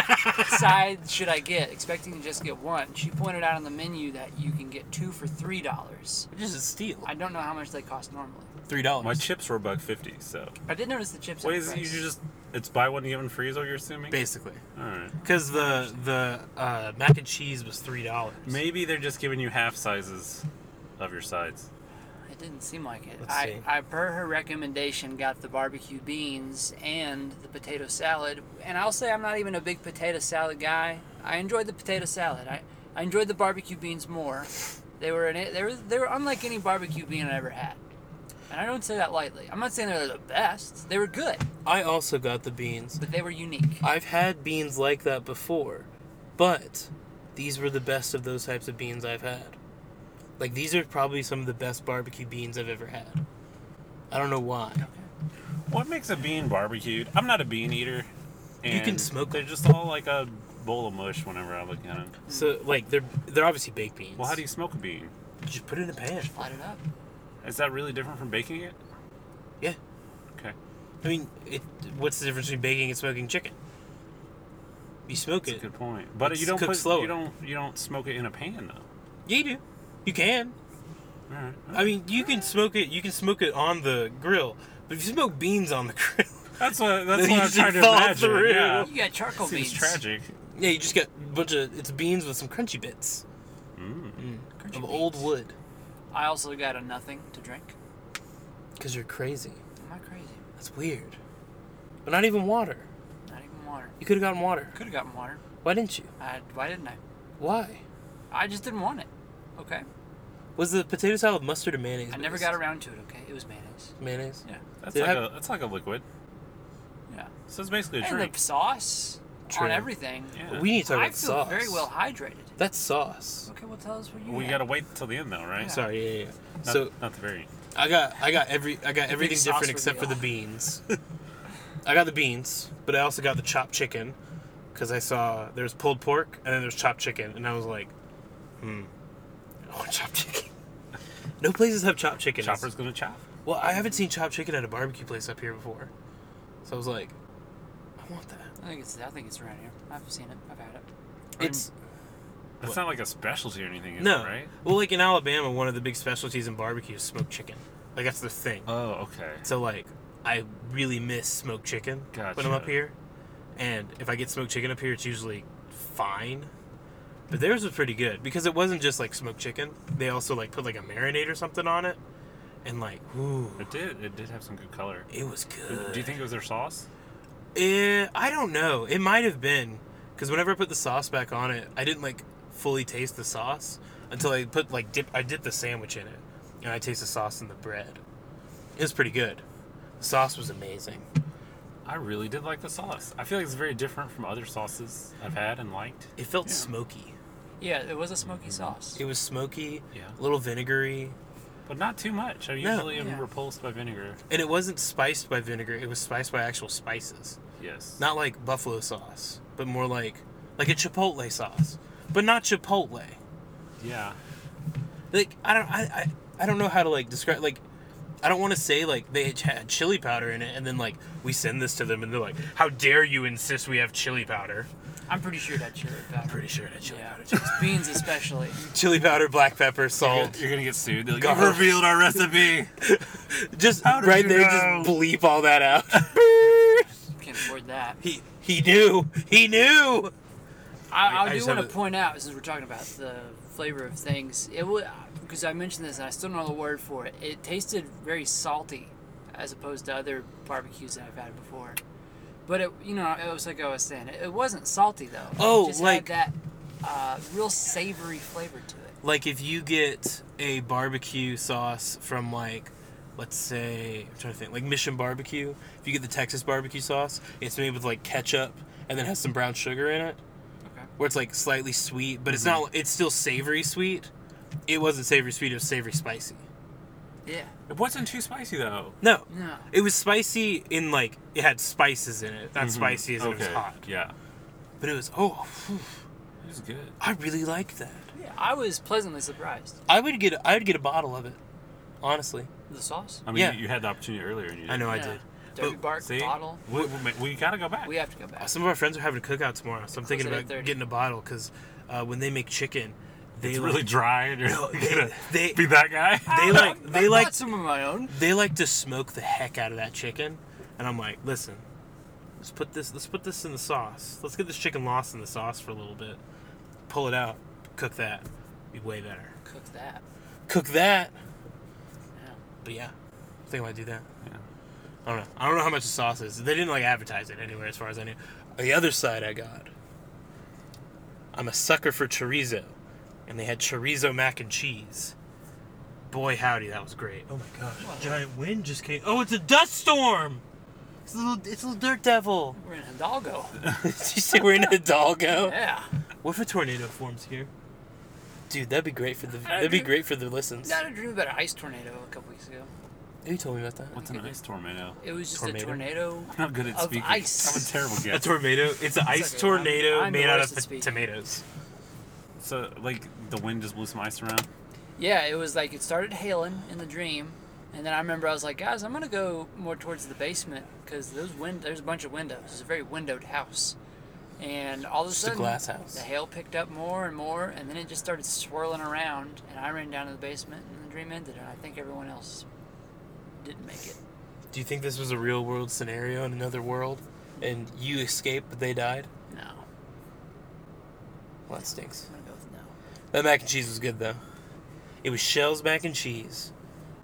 [SPEAKER 2] side should I get, expecting to just get one. She pointed out on the menu that you can get two for three dollars.
[SPEAKER 1] Which is a steal.
[SPEAKER 2] I don't know how much they cost normally.
[SPEAKER 1] Three dollars.
[SPEAKER 3] My chips were a buck fifty. So
[SPEAKER 2] I did notice the chips.
[SPEAKER 3] what
[SPEAKER 2] had
[SPEAKER 3] is it?
[SPEAKER 2] price.
[SPEAKER 3] You just it's buy one get one free. Is what you're assuming?
[SPEAKER 1] Basically.
[SPEAKER 3] All right.
[SPEAKER 1] Because the the uh, mac and cheese was three dollars.
[SPEAKER 3] Maybe they're just giving you half sizes of your sides.
[SPEAKER 2] It didn't seem like it.
[SPEAKER 1] Let's
[SPEAKER 2] I,
[SPEAKER 1] see.
[SPEAKER 2] I, per her recommendation, got the barbecue beans and the potato salad. And I'll say I'm not even a big potato salad guy. I enjoyed the potato salad. I, I enjoyed the barbecue beans more. They were in it. They were they were unlike any barbecue bean I ever had, and I don't say that lightly. I'm not saying they're the best. They were good,
[SPEAKER 1] I also got the beans.
[SPEAKER 2] but they were unique.
[SPEAKER 1] I've had beans like that before, but these were the best of those types of beans I've had. Like these are probably some of the best barbecue beans I've ever had. I don't know why.
[SPEAKER 3] What makes a bean barbecued? I'm not a bean eater.
[SPEAKER 1] You can
[SPEAKER 3] and
[SPEAKER 1] smoke
[SPEAKER 3] They're
[SPEAKER 1] them.
[SPEAKER 3] just all like a bowl of mush whenever I look at them.
[SPEAKER 1] So like they're they're obviously baked beans.
[SPEAKER 3] Well, how do you smoke a bean?
[SPEAKER 1] you just put it in a pan?
[SPEAKER 2] Light it up.
[SPEAKER 3] Is that really different from baking it?
[SPEAKER 1] Yeah.
[SPEAKER 3] Okay.
[SPEAKER 1] I mean, it, what's the difference between baking and smoking chicken? You smoke
[SPEAKER 3] That's a
[SPEAKER 1] it.
[SPEAKER 3] good point. But
[SPEAKER 1] It's
[SPEAKER 3] you don't
[SPEAKER 1] cooked
[SPEAKER 3] put,
[SPEAKER 1] slower.
[SPEAKER 3] you don't you don't smoke it in a pan though.
[SPEAKER 1] Yeah, you do. You can.
[SPEAKER 3] All right.
[SPEAKER 1] I mean, you can smoke it. You can smoke it on the grill, but if you smoke beans on the [LAUGHS] grill,
[SPEAKER 3] That's
[SPEAKER 1] [LAUGHS]
[SPEAKER 3] what that's
[SPEAKER 1] Then you
[SPEAKER 3] what I'm
[SPEAKER 1] just
[SPEAKER 3] trying to
[SPEAKER 1] fall
[SPEAKER 3] imagine.
[SPEAKER 1] through.
[SPEAKER 3] Yeah.
[SPEAKER 2] You got charcoal
[SPEAKER 3] Seems
[SPEAKER 2] beans.
[SPEAKER 3] tragic.
[SPEAKER 1] yeah, you just got a bunch of it's beans with some crunchy bits
[SPEAKER 3] Mm.
[SPEAKER 2] Crunchy
[SPEAKER 1] of
[SPEAKER 2] beans.
[SPEAKER 1] old wood.
[SPEAKER 2] I also got a nothing to drink.
[SPEAKER 1] Cause you're crazy.
[SPEAKER 2] Am I crazy?
[SPEAKER 1] That's weird. But not even water.
[SPEAKER 2] Not even water.
[SPEAKER 1] You could have gotten water.
[SPEAKER 2] Could have gotten water.
[SPEAKER 1] Why didn't you?
[SPEAKER 2] I, why didn't I?
[SPEAKER 1] Why?
[SPEAKER 2] I just didn't want it. Okay.
[SPEAKER 1] Was the potato salad mustard and mayonnaise?
[SPEAKER 2] I never
[SPEAKER 1] based?
[SPEAKER 2] got around to it. Okay. It was mayonnaise.
[SPEAKER 1] mayonnaise.
[SPEAKER 2] Yeah.
[SPEAKER 3] That's
[SPEAKER 1] They
[SPEAKER 3] like
[SPEAKER 1] have-
[SPEAKER 3] a that's like a liquid.
[SPEAKER 2] Yeah.
[SPEAKER 3] So it's basically a
[SPEAKER 2] and
[SPEAKER 3] drink.
[SPEAKER 2] the sauce
[SPEAKER 1] True.
[SPEAKER 2] on everything.
[SPEAKER 3] Yeah.
[SPEAKER 1] We need to talk
[SPEAKER 2] I
[SPEAKER 1] about
[SPEAKER 2] feel
[SPEAKER 1] sauce.
[SPEAKER 2] very well hydrated.
[SPEAKER 1] That's sauce.
[SPEAKER 2] Okay, well tell us what you.
[SPEAKER 3] we
[SPEAKER 2] had.
[SPEAKER 3] gotta wait till the end though, right?
[SPEAKER 2] Yeah.
[SPEAKER 1] Sorry. Yeah. yeah, yeah.
[SPEAKER 3] Not,
[SPEAKER 1] So
[SPEAKER 3] not the very end.
[SPEAKER 1] I got I got every I got everything
[SPEAKER 2] sauce
[SPEAKER 1] different except for
[SPEAKER 2] reveal.
[SPEAKER 1] the
[SPEAKER 2] [LAUGHS]
[SPEAKER 1] beans. I got the beans, but I also got the chopped chicken because I saw there's pulled pork and then there's chopped chicken, and I was like, hmm, [LAUGHS] I want chopped chicken. [LAUGHS] No places have chopped chicken.
[SPEAKER 3] Chopper's gonna chop.
[SPEAKER 1] Well, I haven't seen chopped chicken at a barbecue place up here before, so I was like, I want that.
[SPEAKER 2] I think it's. I think it's around here. I've seen it. I've had it.
[SPEAKER 1] It's
[SPEAKER 3] That's
[SPEAKER 1] What?
[SPEAKER 3] not like a specialty or anything, is
[SPEAKER 1] no
[SPEAKER 3] it, right?
[SPEAKER 1] Well, like in Alabama, one of the big specialties in barbecue is smoked chicken. Like that's the thing.
[SPEAKER 3] Oh, okay.
[SPEAKER 1] So like, I really miss smoked chicken when
[SPEAKER 3] Gotcha.
[SPEAKER 1] I'm up here, and if I get smoked chicken up here, it's usually fine. But theirs was pretty good because it wasn't just like smoked chicken. They also like put like a marinade or something on it, and like, ooh,
[SPEAKER 3] It did. It did have some good color.
[SPEAKER 1] it was good.
[SPEAKER 3] Do you think it was their sauce?
[SPEAKER 1] Eh, I don't know. It might have been because whenever I put the sauce back on it, I didn't like fully taste the sauce until I put like dip. I dipped the sandwich in it, and I taste the sauce in the bread. It was pretty good. The sauce was amazing.
[SPEAKER 3] I really did like the sauce. I feel like it's very different from other sauces I've had and liked.
[SPEAKER 1] It felt smoky.
[SPEAKER 2] Yeah, it was a smoky sauce.
[SPEAKER 1] It was smoky,
[SPEAKER 3] Yeah.
[SPEAKER 1] a little vinegary,
[SPEAKER 3] But not too much. I
[SPEAKER 1] No.
[SPEAKER 3] usually am
[SPEAKER 2] Yeah.
[SPEAKER 3] repulsed by vinegar.
[SPEAKER 1] and it wasn't spiced by vinegar. It was spiced by actual spices,
[SPEAKER 3] Yes.
[SPEAKER 1] not like buffalo sauce, but more like like a chipotle sauce, but not chipotle.
[SPEAKER 3] Yeah.
[SPEAKER 1] Like I don't I I, I don't know how to like describe like. I don't want to say like they had chili powder in it, and then like we send this to them, and they're like, "How dare you insist we have chili powder?"
[SPEAKER 2] I'm pretty sure that chili powder.
[SPEAKER 1] Pretty sure it had chili
[SPEAKER 2] Yeah,
[SPEAKER 1] powder.
[SPEAKER 2] beans especially.
[SPEAKER 1] Chili powder, black pepper,
[SPEAKER 3] You're,
[SPEAKER 1] [LAUGHS] salt.
[SPEAKER 3] gonna get sued. They're like,
[SPEAKER 1] God.
[SPEAKER 3] you revealed
[SPEAKER 1] [LAUGHS]
[SPEAKER 3] our recipe.
[SPEAKER 1] Just
[SPEAKER 3] How did
[SPEAKER 1] right
[SPEAKER 3] you
[SPEAKER 1] there,
[SPEAKER 3] know?
[SPEAKER 1] just bleep all that [LAUGHS] out.
[SPEAKER 2] Can't afford that.
[SPEAKER 1] He he knew. He knew.
[SPEAKER 2] I,
[SPEAKER 1] I
[SPEAKER 2] I, do
[SPEAKER 1] just
[SPEAKER 2] want to
[SPEAKER 1] have a-
[SPEAKER 2] point out, since we're talking about the flavor of things, it would because I mentioned this and I still don't know the word for it. It tasted very salty, as opposed to other barbecues that I've had before. But it, you know, it was like I was saying, it, it wasn't salty though.
[SPEAKER 1] Oh,
[SPEAKER 2] it just
[SPEAKER 1] like-
[SPEAKER 2] had that uh, real savory flavor to it.
[SPEAKER 1] Like if you get a barbecue sauce from like let's say I'm trying to think, like Mission Barbecue, if you get the Texas barbecue sauce, it's made with like ketchup and then has some brown sugar in it.
[SPEAKER 2] Okay.
[SPEAKER 1] Where it's like slightly sweet, but it's not it's still savory sweet. It wasn't savory sweet, it was savory spicy.
[SPEAKER 2] Yeah.
[SPEAKER 3] It wasn't too spicy though.
[SPEAKER 1] No.
[SPEAKER 2] No.
[SPEAKER 1] It was spicy in like it had spices in it. Not spicy as in it was hot.
[SPEAKER 3] Yeah.
[SPEAKER 1] But it was oh phew,
[SPEAKER 3] It was good.
[SPEAKER 1] I really liked that.
[SPEAKER 2] Yeah, I was pleasantly surprised.
[SPEAKER 1] I would get I would get a bottle of it. Honestly.
[SPEAKER 2] The sauce.
[SPEAKER 3] I mean,
[SPEAKER 1] Yeah.
[SPEAKER 3] you, you had the opportunity earlier. And you
[SPEAKER 1] I know I
[SPEAKER 2] Yeah.
[SPEAKER 1] did.
[SPEAKER 2] Derby
[SPEAKER 1] But-
[SPEAKER 2] bark
[SPEAKER 3] See,
[SPEAKER 2] bottle.
[SPEAKER 3] We, we, we gotta go back.
[SPEAKER 2] We have to go back.
[SPEAKER 1] Some of our friends are having a cookout tomorrow, so I'm thinking
[SPEAKER 2] Close at
[SPEAKER 1] about
[SPEAKER 2] 8:30.
[SPEAKER 1] getting a bottle because uh, when they make chicken, they
[SPEAKER 3] it's
[SPEAKER 1] like,
[SPEAKER 3] really dry. And you're
[SPEAKER 1] [LAUGHS]
[SPEAKER 3] gonna
[SPEAKER 1] they-
[SPEAKER 3] be that guy.
[SPEAKER 1] they like they
[SPEAKER 2] I
[SPEAKER 1] like
[SPEAKER 2] bought some of my own.
[SPEAKER 1] they like to smoke the heck out of that chicken, and I'm like, listen, let's put this let's put this in the sauce. Let's get this chicken lost in the sauce for a little bit. Pull it out, cook that, be way better.
[SPEAKER 2] Cook that.
[SPEAKER 1] Cook that,
[SPEAKER 2] Yeah.
[SPEAKER 1] but yeah, I think I might do that.
[SPEAKER 3] Yeah.
[SPEAKER 1] I don't know. I don't know how much the sauce is. They didn't like advertise it anywhere, as far as I knew. The other side I got. I'm a sucker for chorizo. and they had chorizo mac and cheese. Boy, howdy, that was great. Oh my gosh, a giant wind just came. Oh, it's a dust storm. It's a little, it's a little dirt devil. [LAUGHS]
[SPEAKER 2] We're in Hidalgo.
[SPEAKER 1] Did you say we're in [LAUGHS] Hidalgo?
[SPEAKER 2] Yeah.
[SPEAKER 1] What if a tornado forms here? Dude, that'd be great for the that'd be great for the listens.
[SPEAKER 2] Not a dream about an ice tornado a couple weeks ago.
[SPEAKER 1] Who told me about that?
[SPEAKER 3] What's an ice tornado?
[SPEAKER 2] It was just
[SPEAKER 1] Tornado?
[SPEAKER 2] a tornado.
[SPEAKER 3] I'm not good at
[SPEAKER 2] Of
[SPEAKER 3] speaking.
[SPEAKER 2] ice.
[SPEAKER 3] I'm a terrible
[SPEAKER 1] A
[SPEAKER 3] guest.
[SPEAKER 1] tornado. It's an ice
[SPEAKER 2] okay,
[SPEAKER 1] tornado
[SPEAKER 2] I'm- I'm the
[SPEAKER 1] made out
[SPEAKER 2] worst
[SPEAKER 1] of
[SPEAKER 2] at speaking.
[SPEAKER 1] tomatoes.
[SPEAKER 3] so like the wind just blew some ice around.
[SPEAKER 2] Yeah, it was like it started hailing in the dream, and then I remember I was like, guys, I'm gonna go more towards the basement because those wind there's a bunch of windows. It's a very windowed house, and all of a
[SPEAKER 1] Just a
[SPEAKER 2] sudden
[SPEAKER 1] glass house.
[SPEAKER 2] the hail picked up more and more, and then it just started swirling around, and I ran down to the basement, and the dream ended, and I think everyone else didn't make it.
[SPEAKER 1] Do you think this was a real world scenario in another world, and you escaped but they died?
[SPEAKER 2] No, I'm
[SPEAKER 1] Well, that stinks.
[SPEAKER 2] gonna go with no.
[SPEAKER 1] That mac and cheese was good though. It was shells mac and cheese.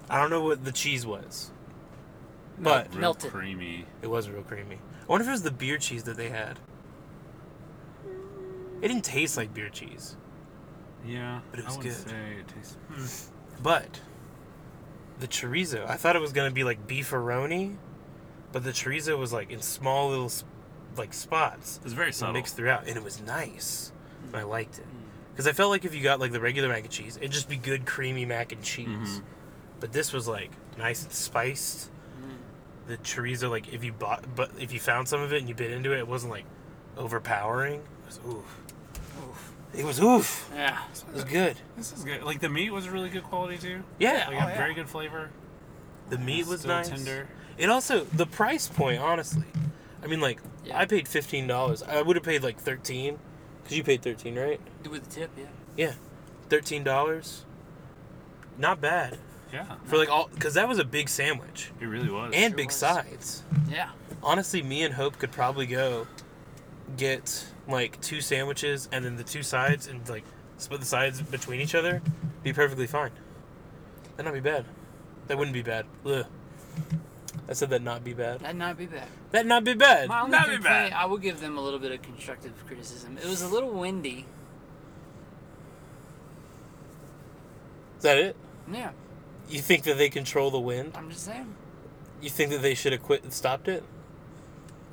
[SPEAKER 1] I don't know what the cheese was, but
[SPEAKER 3] Real
[SPEAKER 2] Melted.
[SPEAKER 3] creamy.
[SPEAKER 1] it was real creamy. I wonder if it was the beer cheese that they had. It didn't taste like beer cheese,
[SPEAKER 3] Yeah.
[SPEAKER 1] But it was
[SPEAKER 3] I wouldn't
[SPEAKER 1] good.
[SPEAKER 3] Say it tastes, hmm.
[SPEAKER 1] but the chorizo. I thought it was gonna be like beefaroni, but the chorizo was like in small little s- like spots.
[SPEAKER 3] It was very subtle. Mm.
[SPEAKER 1] mixed throughout, and it was nice. And I liked it because I felt like if you got like the regular mac and cheese, it'd just be good creamy mac and cheese.
[SPEAKER 3] Mhm.
[SPEAKER 1] But this was like nice and spiced.
[SPEAKER 3] Mm.
[SPEAKER 1] The chorizo, like if you bought, but if you found some of it and you bit into it, it wasn't like overpowering. It was oof.
[SPEAKER 2] Oof.
[SPEAKER 1] It was oof.
[SPEAKER 2] Yeah.
[SPEAKER 1] It was good.
[SPEAKER 3] This is good. Like the meat was really good quality too.
[SPEAKER 1] Yeah.
[SPEAKER 3] Like
[SPEAKER 2] Oh,
[SPEAKER 3] had
[SPEAKER 2] yeah.
[SPEAKER 3] very good flavor.
[SPEAKER 1] The meat was
[SPEAKER 3] Still
[SPEAKER 1] nice.
[SPEAKER 3] tender.
[SPEAKER 1] It also the price point, honestly. I mean, like
[SPEAKER 2] Yeah.
[SPEAKER 1] I paid fifteen dollars. I would have paid like thirteen, because you paid thirteen, right?
[SPEAKER 2] With the tip, yeah.
[SPEAKER 1] Yeah, thirteen dollars. Not bad
[SPEAKER 3] Yeah.
[SPEAKER 1] for like all because that was a big sandwich
[SPEAKER 3] It really was.
[SPEAKER 1] and
[SPEAKER 2] sure
[SPEAKER 1] big
[SPEAKER 2] was.
[SPEAKER 1] sides.
[SPEAKER 2] Yeah.
[SPEAKER 1] Honestly, me and Hope could probably go get like two sandwiches and then the two sides and like split the sides between each other. Be perfectly fine. That'd not be bad. That wouldn't be bad. Ugh. I said that not be bad.
[SPEAKER 2] That'd not be bad.
[SPEAKER 1] That not be bad.
[SPEAKER 2] My only
[SPEAKER 3] Not be
[SPEAKER 2] complaint,
[SPEAKER 3] bad.
[SPEAKER 2] I will give them a little bit of constructive criticism. It was a little windy.
[SPEAKER 1] Is that it?
[SPEAKER 2] Yeah,
[SPEAKER 1] You think that they control the wind?
[SPEAKER 2] I'm just saying.
[SPEAKER 1] You think that they should have quit and stopped it?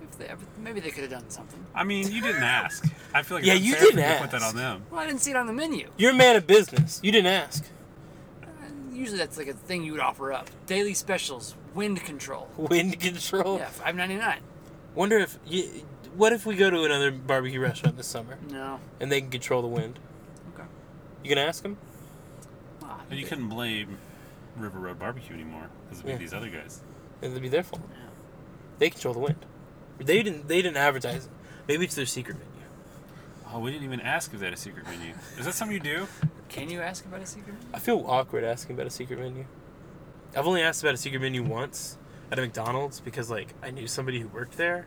[SPEAKER 2] If they ever, maybe they could have done something.
[SPEAKER 3] I mean, you didn't ask. I feel like
[SPEAKER 1] Yeah,
[SPEAKER 3] it's
[SPEAKER 1] you
[SPEAKER 3] unfair for
[SPEAKER 1] didn't
[SPEAKER 3] to Put that
[SPEAKER 1] ask.
[SPEAKER 3] on them.
[SPEAKER 2] Well, I didn't see it on the menu.
[SPEAKER 1] You're a man of business. You didn't ask. [LAUGHS]
[SPEAKER 2] Uh, Usually that's like a thing you would offer up. Daily specials, wind control.
[SPEAKER 1] Wind control.
[SPEAKER 2] Yeah, five ninety nine.
[SPEAKER 1] Wonder if you, what if we go to another barbecue restaurant this summer
[SPEAKER 2] No.
[SPEAKER 1] and they can control the wind?
[SPEAKER 2] Okay.
[SPEAKER 1] You gonna ask them?
[SPEAKER 2] Well,
[SPEAKER 3] But you couldn't blame River Road Barbecue anymore because of
[SPEAKER 1] Yeah.
[SPEAKER 3] these other guys.
[SPEAKER 1] And it'd be their fault. They control the wind. They didn't. They didn't advertise it. Maybe it's their secret menu.
[SPEAKER 3] Oh, we didn't even ask if they had a secret menu. Is that something you do?
[SPEAKER 2] Can you ask about a secret? menu?
[SPEAKER 1] I feel awkward asking about a secret menu. I've only asked about a secret menu once at a McDonald's because like I knew somebody who worked there,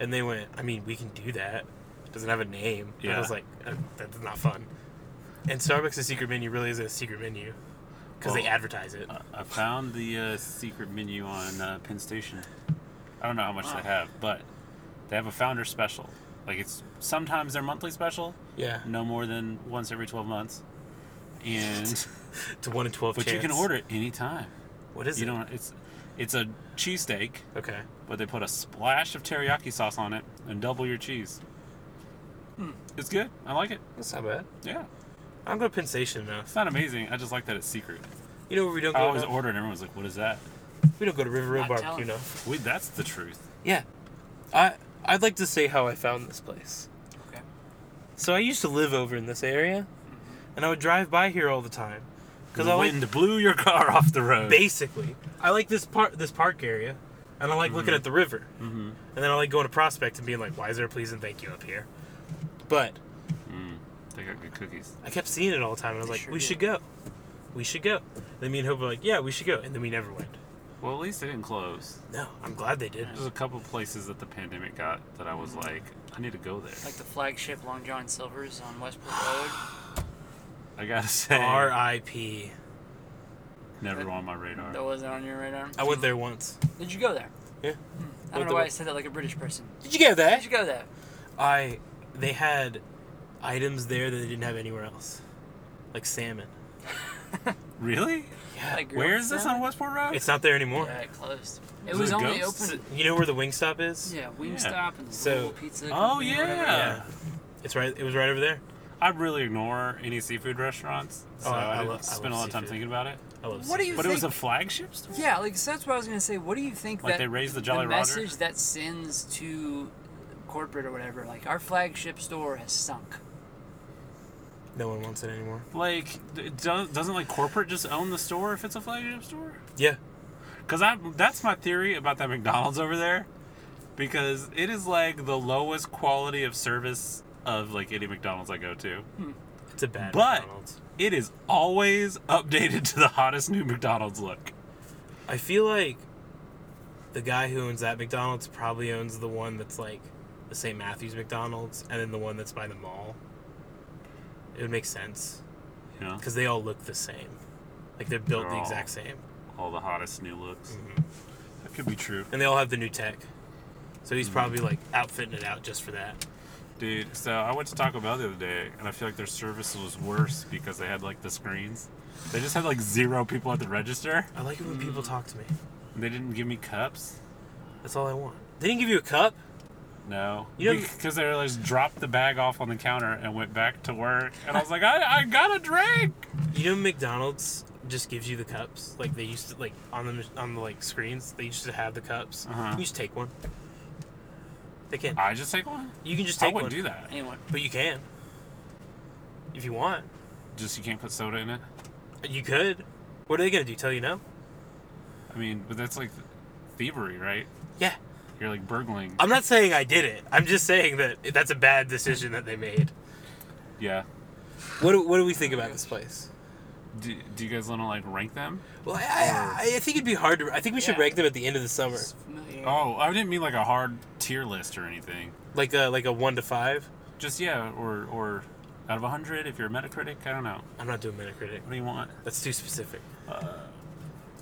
[SPEAKER 1] and they went. I mean, we can do that. It doesn't have a name. And I
[SPEAKER 3] Yeah.
[SPEAKER 1] was like, "Uh, that's not fun. And Starbucks' secret menu really isn't a secret menu because they
[SPEAKER 3] Well,
[SPEAKER 1] advertise it.
[SPEAKER 3] Uh, I found the uh, secret menu on uh, Penn Station. I don't know how much
[SPEAKER 2] Wow.
[SPEAKER 3] they have, but they have a founder special. Like it's sometimes their monthly special,
[SPEAKER 1] yeah,
[SPEAKER 3] no more than once every twelve months, [LAUGHS] and
[SPEAKER 1] it's a one in twelve.
[SPEAKER 3] but you can
[SPEAKER 1] chance.
[SPEAKER 3] order it anytime.
[SPEAKER 1] What is it?
[SPEAKER 3] You don't. It's it's a cheesesteak,
[SPEAKER 1] Okay.
[SPEAKER 3] but they put a splash of teriyaki sauce on it and double your cheese. It's good. I like it.
[SPEAKER 1] That's not bad.
[SPEAKER 3] Yeah,
[SPEAKER 1] I'm going to Penn Station enough.
[SPEAKER 3] it's not amazing. I just like that it's secret.
[SPEAKER 1] You know where we don't
[SPEAKER 3] I
[SPEAKER 1] go
[SPEAKER 3] always
[SPEAKER 1] enough?
[SPEAKER 3] order and everyone's like, "What is that?"
[SPEAKER 1] we don't go to River Road
[SPEAKER 2] Not
[SPEAKER 1] Barbecue
[SPEAKER 2] telling.
[SPEAKER 1] enough.
[SPEAKER 3] Wait, that's the truth.
[SPEAKER 1] Yeah. I I'd like to say how I found this place.
[SPEAKER 2] Okay.
[SPEAKER 1] So I used to live over in this area and I would drive by here all the time. Because
[SPEAKER 3] the
[SPEAKER 1] I like
[SPEAKER 3] wind blew your car off the road.
[SPEAKER 1] basically I like this part this park area. And I like looking at the river. Mm-hmm. And then I like going to Prospect and being like, why is there a please and thank you up here? But
[SPEAKER 3] They got good cookies.
[SPEAKER 1] I kept seeing it all the time and I was
[SPEAKER 2] They
[SPEAKER 1] like,
[SPEAKER 2] sure
[SPEAKER 1] we
[SPEAKER 2] do.
[SPEAKER 1] should go. We should go. Then me and Hope were like, yeah, we should go. And then we never went.
[SPEAKER 3] Well, at least they didn't close.
[SPEAKER 1] No, I'm glad they did. [LAUGHS]
[SPEAKER 3] There's a couple places that the pandemic got that I was like, I need to go there.
[SPEAKER 2] Like the flagship Long John Silver's on Westbrook Road.
[SPEAKER 1] [SIGHS]
[SPEAKER 3] I gotta [LAUGHS] say,
[SPEAKER 1] R.I.P.
[SPEAKER 3] never on my radar.
[SPEAKER 2] That wasn't on your radar.
[SPEAKER 1] I went there once.
[SPEAKER 2] Did you go there? Hmm.
[SPEAKER 1] Yeah.
[SPEAKER 2] I don't
[SPEAKER 1] Went
[SPEAKER 2] know why
[SPEAKER 1] there- Eh?
[SPEAKER 2] I said that like a British person.
[SPEAKER 1] Did you get
[SPEAKER 2] Did
[SPEAKER 1] that?
[SPEAKER 2] you go there?
[SPEAKER 1] I. They had items there that they didn't have anywhere else. like salmon.
[SPEAKER 3] Really?
[SPEAKER 2] Like grilled
[SPEAKER 3] Where is this on
[SPEAKER 2] salmon?
[SPEAKER 3] Westport Road?
[SPEAKER 1] It's not there anymore.
[SPEAKER 2] Yeah, it closed. It
[SPEAKER 3] Is
[SPEAKER 2] was
[SPEAKER 3] it
[SPEAKER 2] only
[SPEAKER 3] Ghosts?
[SPEAKER 2] open.
[SPEAKER 1] You know where the Wingstop is?
[SPEAKER 2] Yeah, Wingstop and the
[SPEAKER 1] So-
[SPEAKER 2] little pizza.
[SPEAKER 3] oh
[SPEAKER 2] company or
[SPEAKER 3] yeah.
[SPEAKER 2] whatever.
[SPEAKER 1] Yeah. It's right. It was right over there.
[SPEAKER 3] I really ignore any seafood restaurants, so
[SPEAKER 1] Oh, I- I
[SPEAKER 3] I, didn't
[SPEAKER 1] love- I
[SPEAKER 3] spend a
[SPEAKER 1] love
[SPEAKER 3] lot of time
[SPEAKER 1] seafood.
[SPEAKER 3] thinking about it.
[SPEAKER 1] I love.
[SPEAKER 2] What do
[SPEAKER 1] seafood.
[SPEAKER 2] You
[SPEAKER 3] But it was a
[SPEAKER 2] think-
[SPEAKER 3] flagship store.
[SPEAKER 2] Yeah, like so that's what I was gonna say. What do you think
[SPEAKER 3] Like
[SPEAKER 2] that
[SPEAKER 3] they raised the Jolly
[SPEAKER 2] the
[SPEAKER 3] Roger?
[SPEAKER 2] message that sends to corporate or whatever, like our flagship store has sunk.
[SPEAKER 1] No one wants it anymore.
[SPEAKER 3] Like, it does, doesn't like corporate just own the store if it's a flagship store?
[SPEAKER 1] Yeah.
[SPEAKER 3] Because I that's my theory about that McDonald's over there, because it is like the lowest quality of service of like any McDonald's I go to.
[SPEAKER 1] It's a bad
[SPEAKER 3] But-
[SPEAKER 1] McDonald's.
[SPEAKER 3] It is always updated to the hottest new McDonald's look.
[SPEAKER 1] I feel like the guy who owns that McDonald's probably owns the one that's like the St. Matthews McDonald's, and then the one that's by the mall. It would make sense
[SPEAKER 3] You know,
[SPEAKER 1] because they all look the same. Like they're built
[SPEAKER 3] They're
[SPEAKER 1] the
[SPEAKER 3] all-
[SPEAKER 1] exact same,
[SPEAKER 3] all the hottest new looks.
[SPEAKER 1] Mhm.
[SPEAKER 3] That could be true,
[SPEAKER 1] and they all have the new tech. So he's probably like outfitting it out just for that.
[SPEAKER 3] dude. So I went to Taco Bell the other day, and I feel like their service was worse because they had like the screens. They just had like zero people at the register.
[SPEAKER 1] I like it when
[SPEAKER 2] Mm.
[SPEAKER 1] people talk to me.
[SPEAKER 3] And they didn't give me cups.
[SPEAKER 1] That's all I want. They didn't give you a cup.
[SPEAKER 3] No,
[SPEAKER 1] You know-
[SPEAKER 3] because they just dropped the bag off on the counter and went back to work. And I was like, I, I got a drink.
[SPEAKER 1] You know McDonald's just gives you the cups. Like they used to like on the on the like screens. They used to have the cups.
[SPEAKER 3] Uh-huh.
[SPEAKER 1] You just take one. They can.
[SPEAKER 3] I just take one.
[SPEAKER 1] You can just
[SPEAKER 3] I
[SPEAKER 1] take
[SPEAKER 3] wouldn't
[SPEAKER 1] one.
[SPEAKER 3] do that.
[SPEAKER 2] Anyone?
[SPEAKER 1] But you can. If you want,
[SPEAKER 3] Just you can't put soda in it.
[SPEAKER 1] you could. What are they gonna do? Tell you no?
[SPEAKER 3] I mean, but that's like thievery, right?
[SPEAKER 1] Yeah.
[SPEAKER 3] You're like burgling.
[SPEAKER 1] I'm not saying I did it. I'm just saying that that's a bad decision that they made.
[SPEAKER 3] Yeah.
[SPEAKER 1] What do, what do we think about this place?
[SPEAKER 3] Do, do you guys want to like rank them?
[SPEAKER 1] Well, I, I, I think it'd be hard to. I think we should
[SPEAKER 2] Yeah.
[SPEAKER 1] rank them at the end of the summer,
[SPEAKER 2] It's familiar.
[SPEAKER 3] Oh, I didn't mean like a hard tier list or anything.
[SPEAKER 1] like a like a one to five.
[SPEAKER 3] Just yeah, or or out of hundred if you're a Metacritic. I don't know.
[SPEAKER 1] I'm not doing Metacritic.
[SPEAKER 3] What do you want?
[SPEAKER 1] That's too specific. Uh,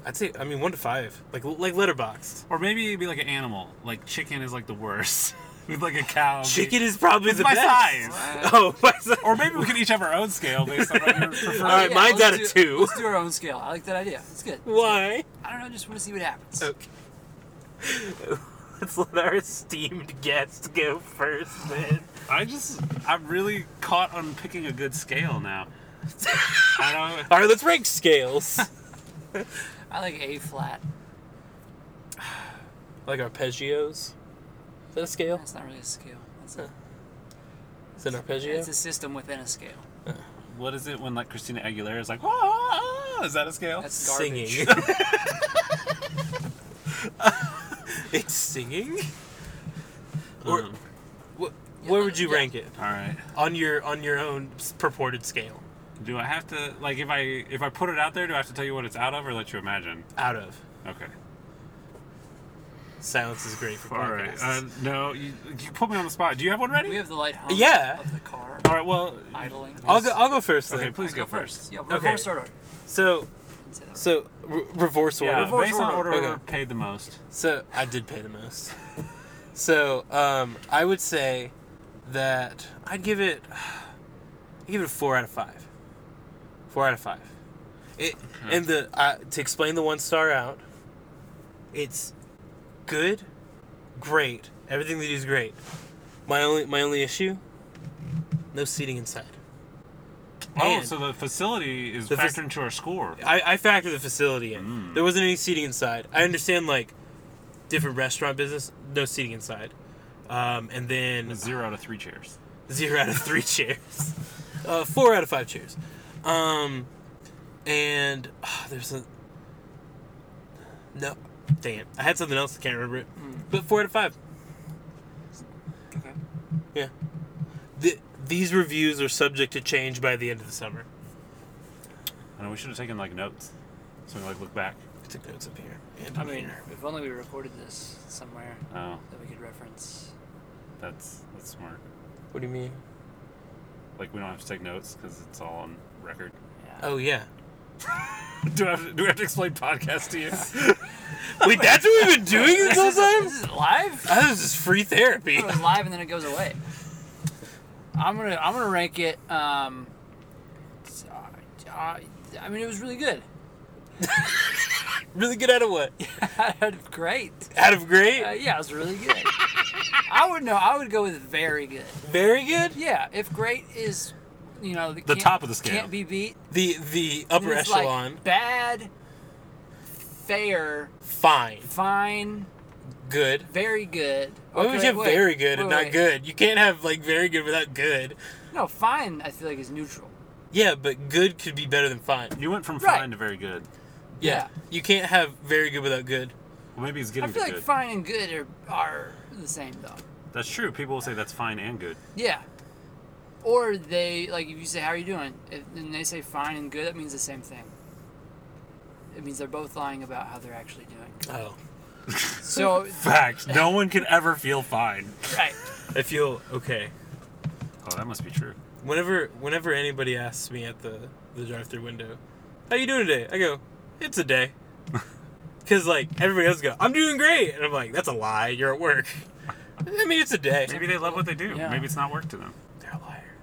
[SPEAKER 1] I'd say I mean one to five, like like letterboxed.
[SPEAKER 3] Or maybe it'd be like an animal. Like chicken is like the worst. [LAUGHS] With like a cow.
[SPEAKER 1] Chicken is probably the
[SPEAKER 3] my
[SPEAKER 1] [LAUGHS] best.
[SPEAKER 2] size.
[SPEAKER 1] Oh, my size.
[SPEAKER 3] Or maybe we could each have our own scale based on what we [LAUGHS] prefer.
[SPEAKER 1] All right, mine's
[SPEAKER 2] let's
[SPEAKER 1] out of
[SPEAKER 2] do-
[SPEAKER 1] two.
[SPEAKER 2] Let's do our own scale. I like that idea. It's good.
[SPEAKER 1] Why?
[SPEAKER 2] I don't know. Just want to see what happens.
[SPEAKER 1] Okay. [LAUGHS] Let's let our esteemed guest go first, then.
[SPEAKER 3] I just, I'm really caught on picking a good scale now. I don't.
[SPEAKER 1] All right, let's rank [LAUGHS] scales.
[SPEAKER 2] I like A flat.
[SPEAKER 1] like arpeggios. Is that a scale?
[SPEAKER 2] That's not really a scale. That's a,
[SPEAKER 1] Is it an arpeggio?
[SPEAKER 2] it's a system within a scale.
[SPEAKER 3] What is it when like Christina Aguilera is like, oh, oh, oh," is that a scale?
[SPEAKER 2] That's
[SPEAKER 1] Singing.
[SPEAKER 2] garbage.
[SPEAKER 1] [LAUGHS] it's singing. Or
[SPEAKER 3] Um,
[SPEAKER 1] wh- where
[SPEAKER 2] Yeah, uh,
[SPEAKER 1] would you
[SPEAKER 2] yeah.
[SPEAKER 1] rank it
[SPEAKER 3] all right.
[SPEAKER 1] on your on your own s- purported scale?
[SPEAKER 3] Do I have to like if I if I put it out there? Do I have to tell you what it's out of or let you imagine?
[SPEAKER 1] Out of
[SPEAKER 3] Okay.
[SPEAKER 1] silence is great for
[SPEAKER 3] All right.
[SPEAKER 1] podcasts.
[SPEAKER 3] Uh, no, you, you put me on the spot. Do you have one ready?
[SPEAKER 2] We have the light hum
[SPEAKER 1] Yeah.
[SPEAKER 2] of the car
[SPEAKER 3] all right. Well,
[SPEAKER 2] idling.
[SPEAKER 1] I'll go. I'll go first then.
[SPEAKER 3] okay. Please go,
[SPEAKER 2] Go
[SPEAKER 3] first.
[SPEAKER 2] first. Yeah,
[SPEAKER 1] Okay.
[SPEAKER 2] reverse order.
[SPEAKER 1] So
[SPEAKER 2] Didn't say that right.
[SPEAKER 1] so re- reverse order.
[SPEAKER 3] Yeah,
[SPEAKER 2] Reverse
[SPEAKER 3] based on
[SPEAKER 2] order.
[SPEAKER 3] order,
[SPEAKER 1] Okay.
[SPEAKER 3] paid the most.
[SPEAKER 1] So I did pay the most. So um, I would say that I'd give it. I give it a four out of five. Four out of five. It and the uh, to explain the one star out. It's good, great. Everything they do is great. My only my only issue. No seating inside.
[SPEAKER 3] Oh,
[SPEAKER 1] And-
[SPEAKER 3] so the facility is
[SPEAKER 1] The fac-
[SPEAKER 3] factored into our score.
[SPEAKER 1] I, I factor the facility in. There wasn't any seating inside. I understand like different restaurant business, no seating inside. Um, and then
[SPEAKER 3] Zero out of three chairs.
[SPEAKER 1] [LAUGHS] zero out of three chairs, [LAUGHS] uh, four out of five chairs. Um, and ah, there's a no. Dang it! I had something else. I can't remember it. But four out of five.
[SPEAKER 2] Okay.
[SPEAKER 1] Yeah. The, these reviews are subject to change by the end of the summer.
[SPEAKER 3] I know we should have taken like notes, so we can, like look back.
[SPEAKER 1] I took notes up here. And
[SPEAKER 2] I
[SPEAKER 1] up
[SPEAKER 2] mean,
[SPEAKER 1] here.
[SPEAKER 2] if only we recorded this somewhere
[SPEAKER 3] Oh,
[SPEAKER 2] that we could reference.
[SPEAKER 3] that's that's smart.
[SPEAKER 1] what do you mean?
[SPEAKER 3] Like we don't have to take notes because it's all on record. [LAUGHS]
[SPEAKER 2] Yeah.
[SPEAKER 1] Oh yeah.
[SPEAKER 3] do I have to, do we have to explain podcast to you? [LAUGHS]
[SPEAKER 1] Wait, that's what we've been doing [LAUGHS] this whole time?
[SPEAKER 2] This
[SPEAKER 1] [LAUGHS]
[SPEAKER 2] is live.
[SPEAKER 1] Oh, this is free therapy. [LAUGHS]
[SPEAKER 2] It was live and then it goes away. I'm gonna I'm gonna rank it. Um, it's, uh, uh, I mean, it was really good. [LAUGHS]
[SPEAKER 1] Really good out of what?
[SPEAKER 2] Great.
[SPEAKER 1] Out of great?
[SPEAKER 2] Uh, yeah, it was really good. I would know. I would go with very good.
[SPEAKER 1] Very good?
[SPEAKER 2] Yeah, if great is, you know,
[SPEAKER 3] The
[SPEAKER 2] can't-
[SPEAKER 3] top of the scale.
[SPEAKER 2] can't be beat.
[SPEAKER 1] The the
[SPEAKER 2] then
[SPEAKER 1] upper
[SPEAKER 2] it's
[SPEAKER 1] echelon.
[SPEAKER 2] Like bad, fair,
[SPEAKER 1] fine.
[SPEAKER 2] fine,
[SPEAKER 1] Good.
[SPEAKER 2] very good.
[SPEAKER 1] Why would
[SPEAKER 2] Okay,
[SPEAKER 1] you have
[SPEAKER 2] wait,
[SPEAKER 1] very good and
[SPEAKER 2] wait,
[SPEAKER 1] not
[SPEAKER 2] wait.
[SPEAKER 1] good? You can't have like very good without good.
[SPEAKER 2] No, fine. I feel like is neutral.
[SPEAKER 1] Yeah, but good could be better than fine.
[SPEAKER 3] You went from
[SPEAKER 2] Right.
[SPEAKER 3] fine to very good.
[SPEAKER 1] Yeah.
[SPEAKER 2] Yeah.
[SPEAKER 1] You can't have very good without good.
[SPEAKER 3] Well, maybe he's
[SPEAKER 2] I
[SPEAKER 3] getting to
[SPEAKER 2] feel like
[SPEAKER 3] good.
[SPEAKER 2] fine and good are are the same though.
[SPEAKER 3] That's true. People will say that's fine and good.
[SPEAKER 2] Yeah. Or they like if you say how are you doing, if, and they say fine and good, that means the same thing. It means they're both lying about how they're actually doing.
[SPEAKER 1] Oh. [LAUGHS]
[SPEAKER 2] So
[SPEAKER 3] [LAUGHS] Fact. No one can ever feel fine.
[SPEAKER 2] right.
[SPEAKER 1] I feel okay.
[SPEAKER 3] Oh, that must be true.
[SPEAKER 1] Whenever whenever anybody asks me at the the drive through window, "How you doing today?" I go, "It's a day." [LAUGHS] Cuz like everybody else go, "I'm doing great." And I'm like, "That's a lie. You're at work." [LAUGHS] I mean, it's a day.
[SPEAKER 3] Maybe they love what they do.
[SPEAKER 2] Yeah.
[SPEAKER 3] Maybe it's not work to them.
[SPEAKER 1] They're a liar.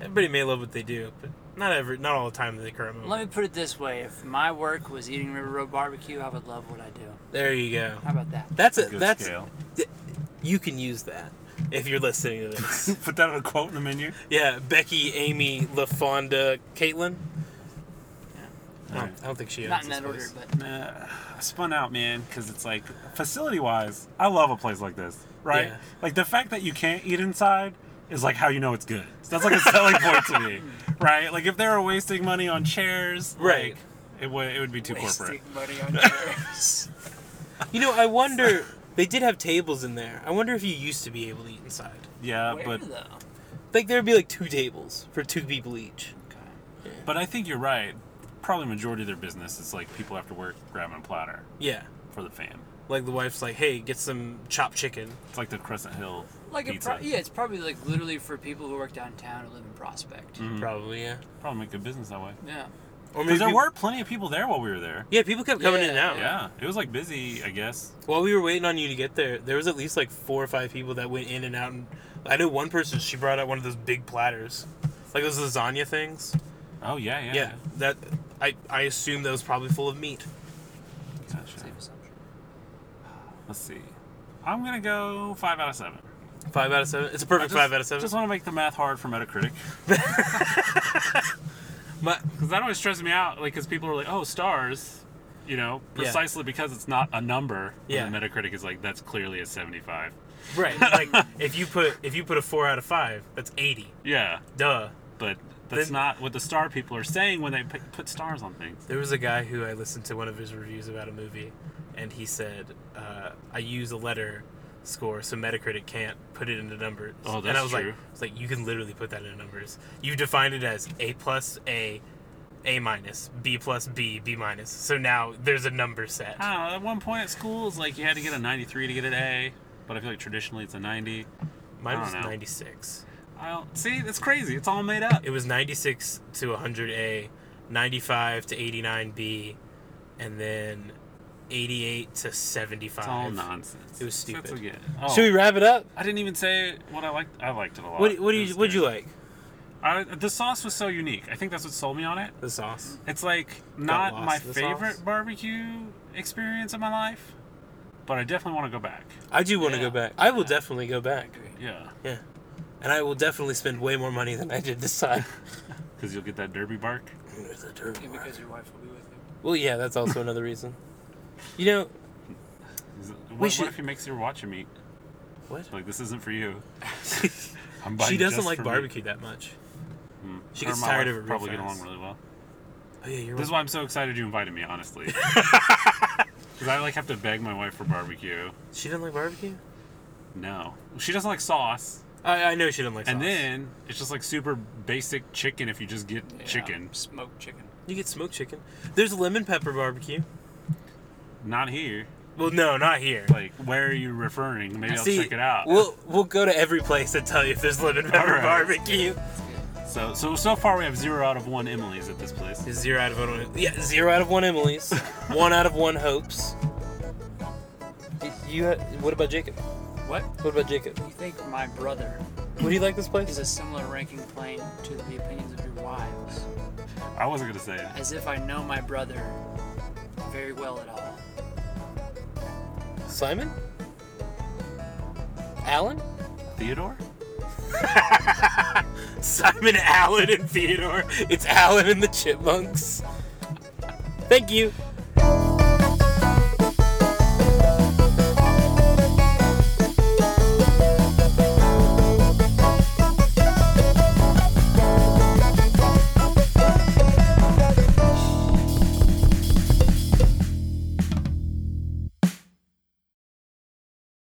[SPEAKER 1] Everybody may love what they do, but not every not all the time in the current moment.
[SPEAKER 2] Let me put it this way: if my work was eating River Road barbecue, I would love what I do.
[SPEAKER 1] There you go.
[SPEAKER 2] How about that?
[SPEAKER 1] That's a
[SPEAKER 3] Good
[SPEAKER 1] that's
[SPEAKER 3] scale.
[SPEAKER 1] you can use that if you're listening to this.
[SPEAKER 3] [LAUGHS]
[SPEAKER 1] [LAUGHS]
[SPEAKER 3] Put that on a quote in the menu.
[SPEAKER 1] yeah, Becky, Amy, LaFonda, Caitlin. I don't, I don't think she owns
[SPEAKER 2] Not in
[SPEAKER 1] this
[SPEAKER 2] that order,
[SPEAKER 1] place.
[SPEAKER 2] but
[SPEAKER 3] Nah, I spun out, man, because it's like facility wise, I love a place like this, right?
[SPEAKER 1] Yeah.
[SPEAKER 3] Like the fact that you can't eat inside is like how you know it's good. So that's like a
[SPEAKER 2] [LAUGHS]
[SPEAKER 3] selling point to me, right? Like if they were wasting money on chairs,
[SPEAKER 1] Right.
[SPEAKER 3] Like, it would it would be too corporate.
[SPEAKER 2] wasting money
[SPEAKER 1] [LAUGHS]
[SPEAKER 2] on
[SPEAKER 1] Uh,
[SPEAKER 2] chairs.
[SPEAKER 1] You know, I wonder. They did have tables in there. I wonder if you used to be able to eat inside.
[SPEAKER 3] Yeah,
[SPEAKER 2] Where
[SPEAKER 3] but
[SPEAKER 2] though?
[SPEAKER 1] Like there would be like two tables for two people each.
[SPEAKER 3] but I think you're right. Probably majority of their business is like people after work grabbing a platter
[SPEAKER 1] Yeah.
[SPEAKER 3] for the fam.
[SPEAKER 1] Like the wife's like, "Hey, get some chopped chicken."
[SPEAKER 3] It's like the Crescent Hill
[SPEAKER 2] Like a
[SPEAKER 3] pizza.
[SPEAKER 2] pro- yeah, it's probably like literally for people who work downtown who live in Prospect.
[SPEAKER 3] Mm-hmm.
[SPEAKER 1] Probably, yeah.
[SPEAKER 3] Probably make good business that way.
[SPEAKER 2] Yeah.
[SPEAKER 1] Or
[SPEAKER 3] Because there
[SPEAKER 1] people-
[SPEAKER 3] were plenty of people there while we were there.
[SPEAKER 1] Yeah, people kept coming in and
[SPEAKER 2] Yeah,
[SPEAKER 1] out.
[SPEAKER 3] Yeah, it was like busy, I guess.
[SPEAKER 1] While we were waiting on you to get there, there was at least like four or five people that went in and out. And I know one person. She brought out one of those big platters, like those lasagna things.
[SPEAKER 3] Oh yeah, yeah.
[SPEAKER 1] Yeah, that I I assume that was probably full of meat.
[SPEAKER 3] Gotcha.
[SPEAKER 2] Safe assumption.
[SPEAKER 3] Let's see. I'm gonna go five out of seven.
[SPEAKER 1] Five out of seven. It's a
[SPEAKER 3] I
[SPEAKER 1] perfect
[SPEAKER 3] just-
[SPEAKER 1] five out of seven.
[SPEAKER 3] Just want to make the math hard for Metacritic
[SPEAKER 1] My-
[SPEAKER 3] because that always stresses me out. Like, because people are like, "Oh, stars," you know,
[SPEAKER 1] Yeah.
[SPEAKER 3] precisely because it's not a number.
[SPEAKER 1] Yeah.
[SPEAKER 3] And then Metacritic is like, "That's clearly a 75."
[SPEAKER 1] right, like [LAUGHS] if you put if you put a four out of five, that's eighty.
[SPEAKER 3] Yeah,
[SPEAKER 1] Duh.
[SPEAKER 3] but that's
[SPEAKER 1] Then-
[SPEAKER 3] not what the star people are saying when they p- put stars on things.
[SPEAKER 1] There was a guy who I listened to one of his reviews about a movie, and he said, uh, "I use a letter score, so Metacritic can't put it into numbers."
[SPEAKER 3] Oh,
[SPEAKER 1] and I
[SPEAKER 3] that's
[SPEAKER 1] was
[SPEAKER 3] true.
[SPEAKER 1] like, "It's like you can literally put that into numbers. You defined it as A plus A, A minus, B plus B, B minus. So now there's a number set.
[SPEAKER 3] I don't know. At one point at school, it's like you had to get a 93 to get an A, but I feel like traditionally it's a 90.
[SPEAKER 1] Mine
[SPEAKER 3] I
[SPEAKER 1] was
[SPEAKER 3] don't know.
[SPEAKER 1] 96.
[SPEAKER 3] I don't see. That's crazy. It's all made up.
[SPEAKER 1] It was 96 to 100 A, 95 to 89 B, and then 88 to 75.
[SPEAKER 3] It's all nonsense.
[SPEAKER 1] It was stupid.
[SPEAKER 3] That's okay. Oh,
[SPEAKER 1] Should we wrap it up?
[SPEAKER 3] I didn't even say what I liked. I liked it a lot.
[SPEAKER 1] What what do
[SPEAKER 3] It
[SPEAKER 1] you
[SPEAKER 3] was
[SPEAKER 1] what'd you
[SPEAKER 3] good.
[SPEAKER 1] like?
[SPEAKER 3] I, the sauce was so unique. I think that's what sold me on it.
[SPEAKER 1] The sauce.
[SPEAKER 3] It's like not
[SPEAKER 1] lost
[SPEAKER 3] my
[SPEAKER 1] in the
[SPEAKER 3] favorite
[SPEAKER 1] sauce.
[SPEAKER 3] barbecue experience of my life, but I definitely want to go back.
[SPEAKER 1] I do want to
[SPEAKER 2] Yeah.
[SPEAKER 1] go back. I will definitely go back.
[SPEAKER 3] Yeah,
[SPEAKER 1] Yeah. And I will definitely spend way more money than I did this
[SPEAKER 3] [LAUGHS]
[SPEAKER 1] time.
[SPEAKER 3] because you'll get that derby bark.
[SPEAKER 2] Yeah, because your wife will be with you.
[SPEAKER 1] well, yeah, that's also another reason. You know,
[SPEAKER 3] [LAUGHS] Is it- What,
[SPEAKER 1] should-
[SPEAKER 3] what if he makes your watch a meat?
[SPEAKER 1] what?
[SPEAKER 3] Like this isn't for you. I'm buying
[SPEAKER 1] She doesn't
[SPEAKER 3] just
[SPEAKER 1] like
[SPEAKER 3] for me.
[SPEAKER 1] barbecue that much.
[SPEAKER 3] Mm.
[SPEAKER 1] She
[SPEAKER 3] Her and
[SPEAKER 1] gets
[SPEAKER 3] my
[SPEAKER 1] tired
[SPEAKER 3] wife
[SPEAKER 1] of it real
[SPEAKER 3] Probably get
[SPEAKER 1] fast.
[SPEAKER 3] along really well.
[SPEAKER 1] Oh, yeah, you're
[SPEAKER 3] This is
[SPEAKER 1] right.
[SPEAKER 3] why I'm so excited you invited me, honestly.
[SPEAKER 1] [LAUGHS]
[SPEAKER 3] [LAUGHS] Because I like have to beg my wife for barbecue.
[SPEAKER 1] She didn't like barbecue?
[SPEAKER 3] No, she doesn't like sauce.
[SPEAKER 1] I, I know she didn't like sauce.
[SPEAKER 3] And then it's just like super basic chicken if you just get
[SPEAKER 2] Yeah,
[SPEAKER 3] chicken.
[SPEAKER 2] Smoked chicken.
[SPEAKER 1] You get smoked chicken. There's lemon pepper barbecue.
[SPEAKER 3] Not here.
[SPEAKER 1] Well, no, not here.
[SPEAKER 3] Like, where are you referring? Maybe I'll
[SPEAKER 1] See,
[SPEAKER 3] check it out.
[SPEAKER 1] We'll we'll go to every place and tell you if there's lemon pepper
[SPEAKER 3] right.
[SPEAKER 1] barbecue.
[SPEAKER 3] so, so so far we have zero out of one Emily's at this place.
[SPEAKER 1] Zero out of one. Yeah, zero out of one [LAUGHS] Emily's. one out of one hopes. You. ha- What about Jacob?
[SPEAKER 2] What?
[SPEAKER 1] What about Jacob?
[SPEAKER 2] You think my brother
[SPEAKER 1] Would you like this place?
[SPEAKER 2] is a similar ranking plane to the opinions of your wives.
[SPEAKER 3] I wasn't gonna say it.
[SPEAKER 2] As if I know my brother very well at all.
[SPEAKER 1] Simon? Alan?
[SPEAKER 3] Theodore?
[SPEAKER 1] [LAUGHS] Simon, Alan, and Theodore. It's Alan and the Chipmunks. Thank you.